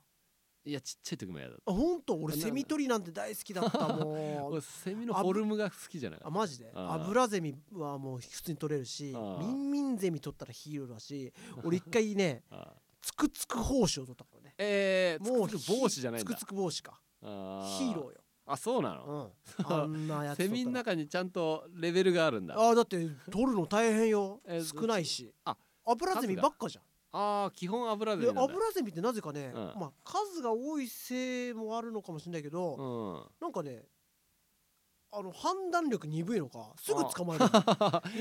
いいやちっちゃい時も嫌だったあほんと俺あなセミ取りなんて大好きだった もん俺セミのフォルムが好きじゃなかあっマジでああアブラゼミはもう普通に取れるしああミンミンゼミ取ったらヒーローだし俺一回 ねたああつくつく胞子を取ったからねえー、ももうう帽子じゃないんつだくつく帽子かヒヒーロあそうなーの、よ、う ん、あんなやつ取っセたらミの中にちゃんとレベルがあるんだあああだって取るの大変よえ少ないしあアブラゼミばっかじゃんあー基本油ででなアんブだラゼミってなぜかね、うんまあ、数が多いせいもあるのかもしれないけど、うんなんかねあの判断力鈍いのかすぐ捕まえる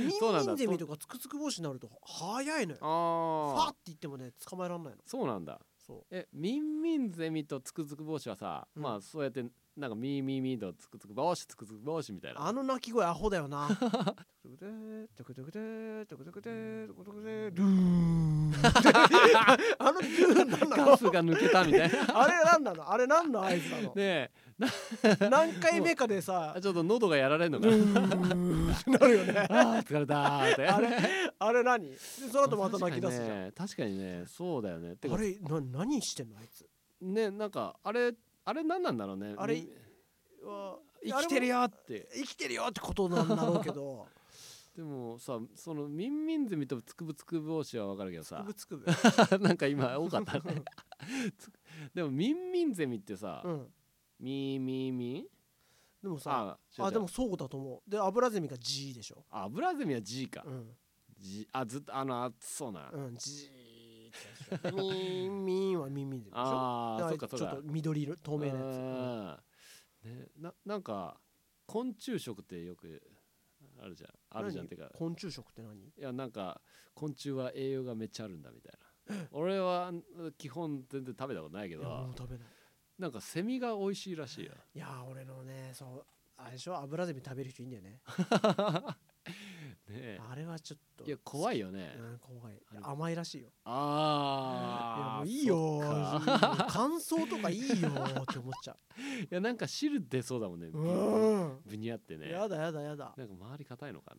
ミンそうなんミだンゼミとかつくつく帽子になると早いのよファあッあて言ってもね捕まえらんないのそうなんだそうえミンミンゼミとつくづく帽子はさ、うんまあそうやってなんかミーミーミーとつくつく帽子つくつく帽子みたいなあの鳴き声アホだよなトクトクトクトクトクトクトクトクトクトクルーンあのルーンなんなガのスが抜けたみたいなねあれなんなのあれなんの合図なのえ何回目かでさあちょっと喉がやられるのかななるよね あー疲れたーってあれあれ何でその後またまあ泣き出すじゃん、確かにね確かにねそうだよねてかあれな何してんのあいつねなんかあれあれ何なんだろうねあれみは生きてるよって生きてるよってことなんだろうけどでもさそのミンミンゼミとつくぶつく帽子はわかるけどつくさぶつくぶなんか今多かった ねつくでもミンミンゼミってさ、うんミーミーミーでもさ違う違あうでもそうだと思うでアブラゼミが G でしょあ油ゼミは G か、うん G あずっとあの暑そうな、うん G ってやつでしょミーンミーンはミンミンゼミでしょあでああそれっちょかっそっかと緑色透明なやつうんつ、ね、ななんか昆虫食ってよくあるじゃんあるじゃんってか昆虫食って何いやなんか昆虫は栄養がめっちゃあるんだみたい な俺は基本全然食べたことないけいやどもう食べないなんかセミが美味しいらしいよいや俺のねそうあれでしょアブラゼミ食べる人いいんだよねねあれはちょっとえいや怖いよね、うん、怖いあれ甘いらしいよいやもああういいよそっか感想とかいいよって思っちゃいやなんか汁出 そうだもんねううんぶにゃってねやだやだやだなんか周り硬いのか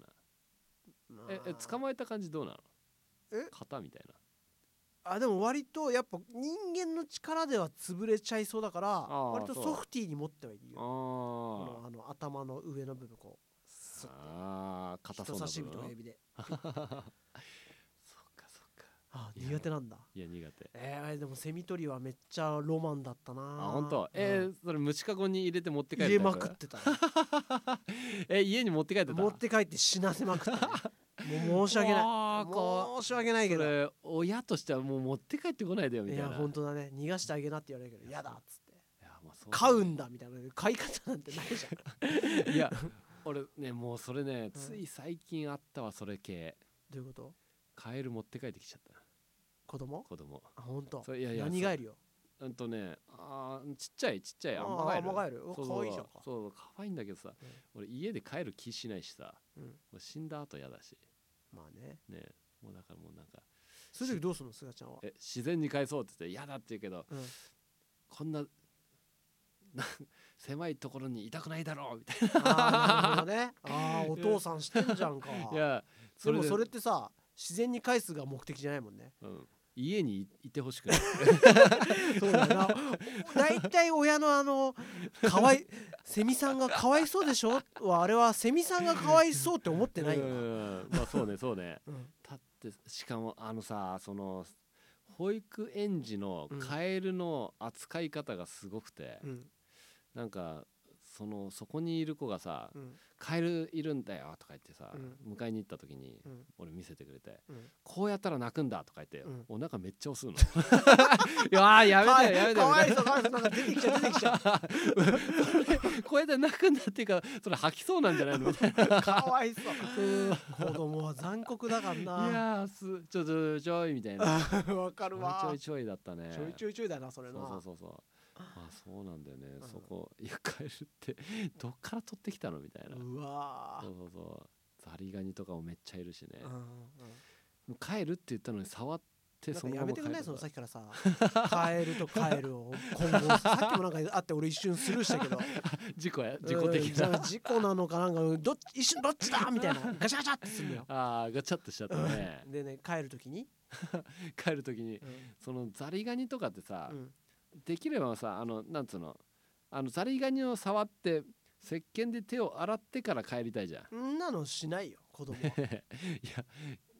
なええ捕ままえた感じどうなのえ型みたいなあでも割とやっぱ人間の力では潰れちゃいそうだからあー割とそうソフティーに持ってはいるよこあのあの頭の上の部分こうスーッあー硬そ人う差な部し指分と親指でそっかそっかあいや苦手なんだいや苦手えー、でもセミ取りはめっちゃロマンだったなあ本当えうんーそれ虫かごに入れて持って帰る入れタまイプく ってたねえ家に持って帰ってた持って帰って死なせまくったねもう申し 訳ないあーこ申し訳なういけそどれ親としてはもう持って帰ってこないでよみいたいやない本当だね逃がしてあげなって言われるけど嫌だっつってやまあそうだ買うんだみたいな買い方なんてないじゃんいや俺ねもうそれねうんつい最近あったわそれ系どういうことカエル持って帰ってきちゃった子供子供あ本当それいやいや何がいるようんとねあーちっちゃいちっちゃいあアーマガエルアマガエルうわそう可愛いじゃんかそうそう可愛いんだけどさ、うん俺家で帰る気しないしさ、うんもう死んだ後嫌だしまあねねもうだからもうなんかそういう時どうするのすがちゃんはえ自然に返そうって言って嫌だって言うけど、うんこんなな狭いところにいたくないだろうみたいあーなるほど ねあーお父さんしてんじゃんかないやでもでそれってさ自然に返すが目的じゃないもん ねうん、家にいいてほしくないそうだよな大体親のあのか わいセミさんがかわいそうでしょはあれはセミさんがかわいそうって思ってないような、んまあそうねそうねうんだってしかもあのさその保育園児のカエルの扱い方がすごくて、うんなんかそのそこにいる子がさうん「カエルいるんだよ」とか言ってさ、う迎えに行った時にうん俺見せてくれて、うんこうやったら泣くんだ」とか言って、うんお腹めっち ゃ押すの。いやーやかわめてやめてかわいみそうかわいそうなんか出てきちゃう出てきちゃたいなこ うやったら泣くんだっていうかそれ吐きそうなんじゃないのみたいな。うかわい そう子供は残酷だからいなやーすちょちょちょいみたいな。 わかちるょわいちょいだったね。ちょいちょいちょいだなそれそうそなうそうそうあそうなんだよね、うんそこいやカエルってどっから取ってきたのみたいな、うわそうそうそうザリガニとかもめっちゃいるしねー、うんうんもう帰るって言ったのに触ってなんかそのまやまめ帰てるくんないとそのかさっきからさカエルとカエルを混 合さっきもなんかあって俺一瞬スルーしたけど事故や事故的うんなじゃあ事故なのかなんかどっち一瞬どっちだみたいなガチャガチャってするのよあーガチャッとしちゃったねでね帰るときに帰る時にうんそのザリガニとかってさ、うんできればさあのなんつうのあのザリガニを触って石鹸で手を洗ってから帰りたいじゃんんなのしないよ子供はいや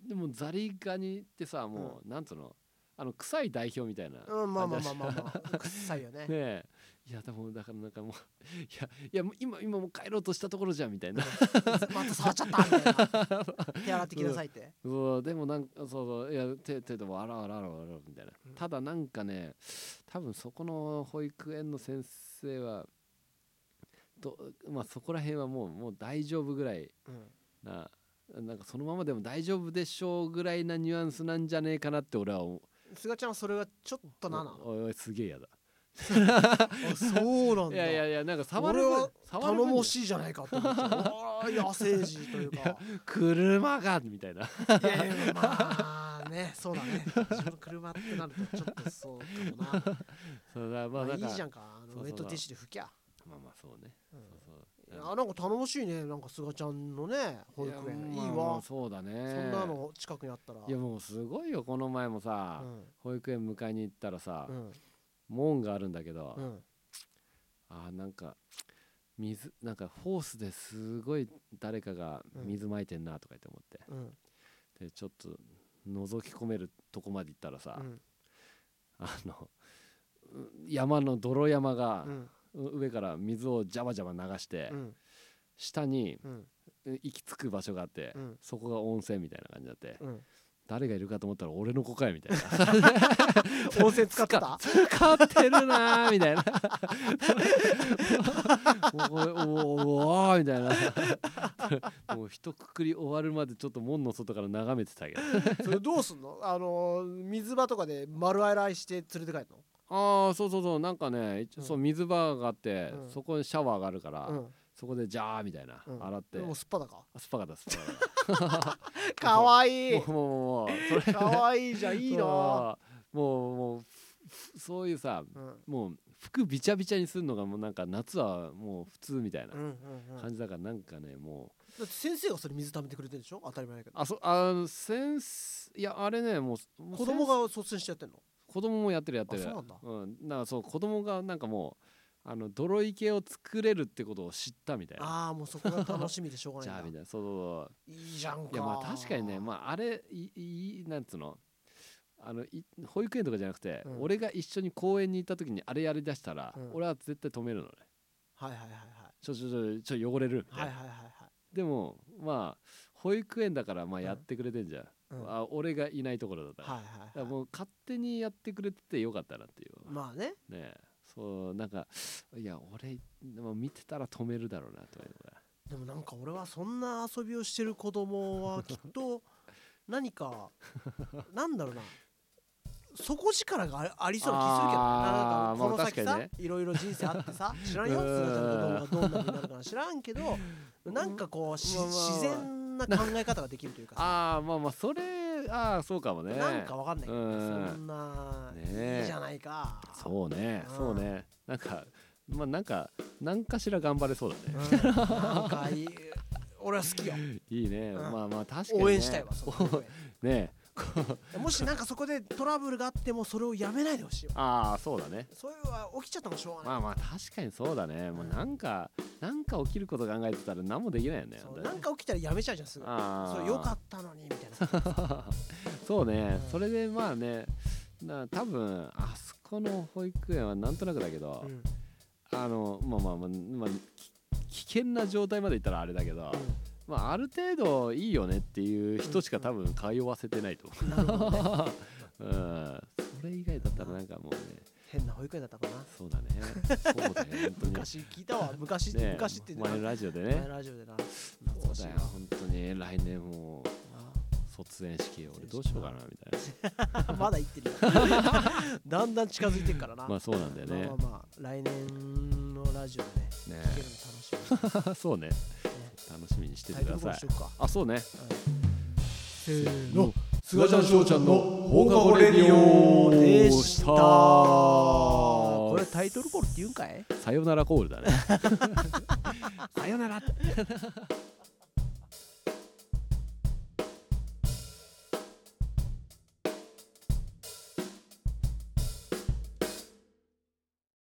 でもザリガニってさもう、なんつうのあの臭い代表みたいな、うんまあまあ感じまだあしまあまあ臭いよねねえいやでもだからなんかもういやいやもう今今もう帰ろうとしたところじゃんみたいなまた触っちゃったみたい な手洗ってきなさいってそうでもなんかそうそういや手手でもあらあらあらあらみたいな、うんただなんかね多分そこの保育園の先生はとまあそこら辺はもうもう大丈夫ぐらいうんななんかそのままでも大丈夫でしょうぐらいなニュアンスなんじゃねえかなって俺は思うすがちゃんはそれはちょっとななのおおいおいすげえやだあそうなんいだやいやいやなんか触る俺は触る頼もいしいじゃないかと思ってああ野生児というか車がみたいない やいやまあねそうだね自分の車ってなるとちょっとそうかもなそうだ ままああなんいかいじゃんかあそうそうそのうウェットティッシュで拭きゃまあまあそうねうんそうそうあなんか頼もしいねなんか菅ちゃんのね保育園いいやまあまわあそうだねそんなの近くにあったらいやもうすごいよこの前もさ、うん保育園迎えに行ったらさ、うん門があるんだけど、うんあーなんか水なんかホースですごい誰かが水まいてんなとか言って思って、うんでちょっと覗き込めるとこまで行ったらさ、うんあのう山の泥山がう、んう上から水をジャバジャバ流して、うん下にうんう行き着く場所があって、うんそこが温泉みたいな感じだって、うん誰がいるかと思ったら俺の子かいみたいな温泉使って た使ってるなーみたい なおおおおおみたいなもう一括り終わるまでちょっと門の外から眺めてたけどそれどうすんのあの水場とかで丸洗いして連れて帰るのああそうそうそうなんかね、一うんそう水場があって、うんそこにシャワーがあるから、うんそこでジャーみたいな、うん洗ってでもうすっぱだ かあスパガだスパかわいいガだもうもうもうそれかわいい じゃんいいなそうもうもうふふそういうさうんうんもう服びちゃびちゃにするのがもうなんか夏はもう普通みたいなうんうんだ感じだからなんかねもうって先生がそれ水溜めてくれてるでしょ当たり前だけどあそあの先生いやあれねもうもう子供先が率先してやってんの生子供もやってるやってるあそうなんだうん、なんかそう子供がなんかもうあの泥池を作れるってことを知ったみたいなああもうそこが楽しみでしょうが じゃなあいみんだたいなそうそういいじゃんそうかいやまあ確かにねまああれいいいなんつうのあのい保育園とかじゃなくて、うん俺が一緒に公園に行った時にあれやりだしたら、うん俺は絶対止めるのねはいはいはいちょちょちょちょ汚れるみたはいいはいな、はいはいはいでもまあ保育園だからまあうんやってくれてんじゃん、うんはいあ俺がいないところだったら、だかはいはらいもう勝手にやってくれててよかったなっていう、まあねねえそうなんかいや俺でも見てたら止めるだろうなというのがでもなんか俺はそんな遊びをしてる子供はきっと何かなんだろうな底力がありありそうな気するけどねなんあーかこのまあ先確さ、かにねいろいろ人生あってさ知らんようそんの子供がどんなになるか知らんけどなんかこうしまあまあまあ自然な考え方ができるというかさああまあまあそれああそうかもねなんかわかんないけどねうそんんなねえいいじゃないかそうねうんそうねなんかまあなんか何かしら頑張れそうだねうんなんかいい俺は好きよいいねんまあまあ確かに、ね、応援したいわその声ねえこ うもしなんかそこでトラブルがあってもそれをやめないでほしいよああそうだねそういうのは起きちゃったもしょうがない、まあまあ確かにそうだねもうなんかなんか起きること考えてたら何もできないよねそうなんか起きたらやめちゃうじゃんすぐああそうよかったのにみたい なそうね、うんそれでまあねな多分あそこの保育園はなんとなくだけど、うんあのまあまあまあ、まあ、き危険な状態までいったらあれだけど、まあ、ある程度いいよねっていう人しか多分通わせてないとなるほどね思 う、うん、それ以外だったらなんかもうね変な保育園だったかなそうだねそうだね本当に。昔聞いたわ昔、ね昔って前のラジオで前ねラジオでな そうだよ本当に来年もう卒園式俺どうしようかなみた いあまだ行 ってるよだんだん近づいてるからななまあそうなんだよね、まあまあまあ来年のラジオでねね聞けるの楽しみに そうね楽しみにしてタてイくトだルコールさいしようか、あそうねはいせーのすがちゃんしょうちゃんの放課後レディオででししたたこれタイ トルコールって言うんかいさよならコールだねさよなら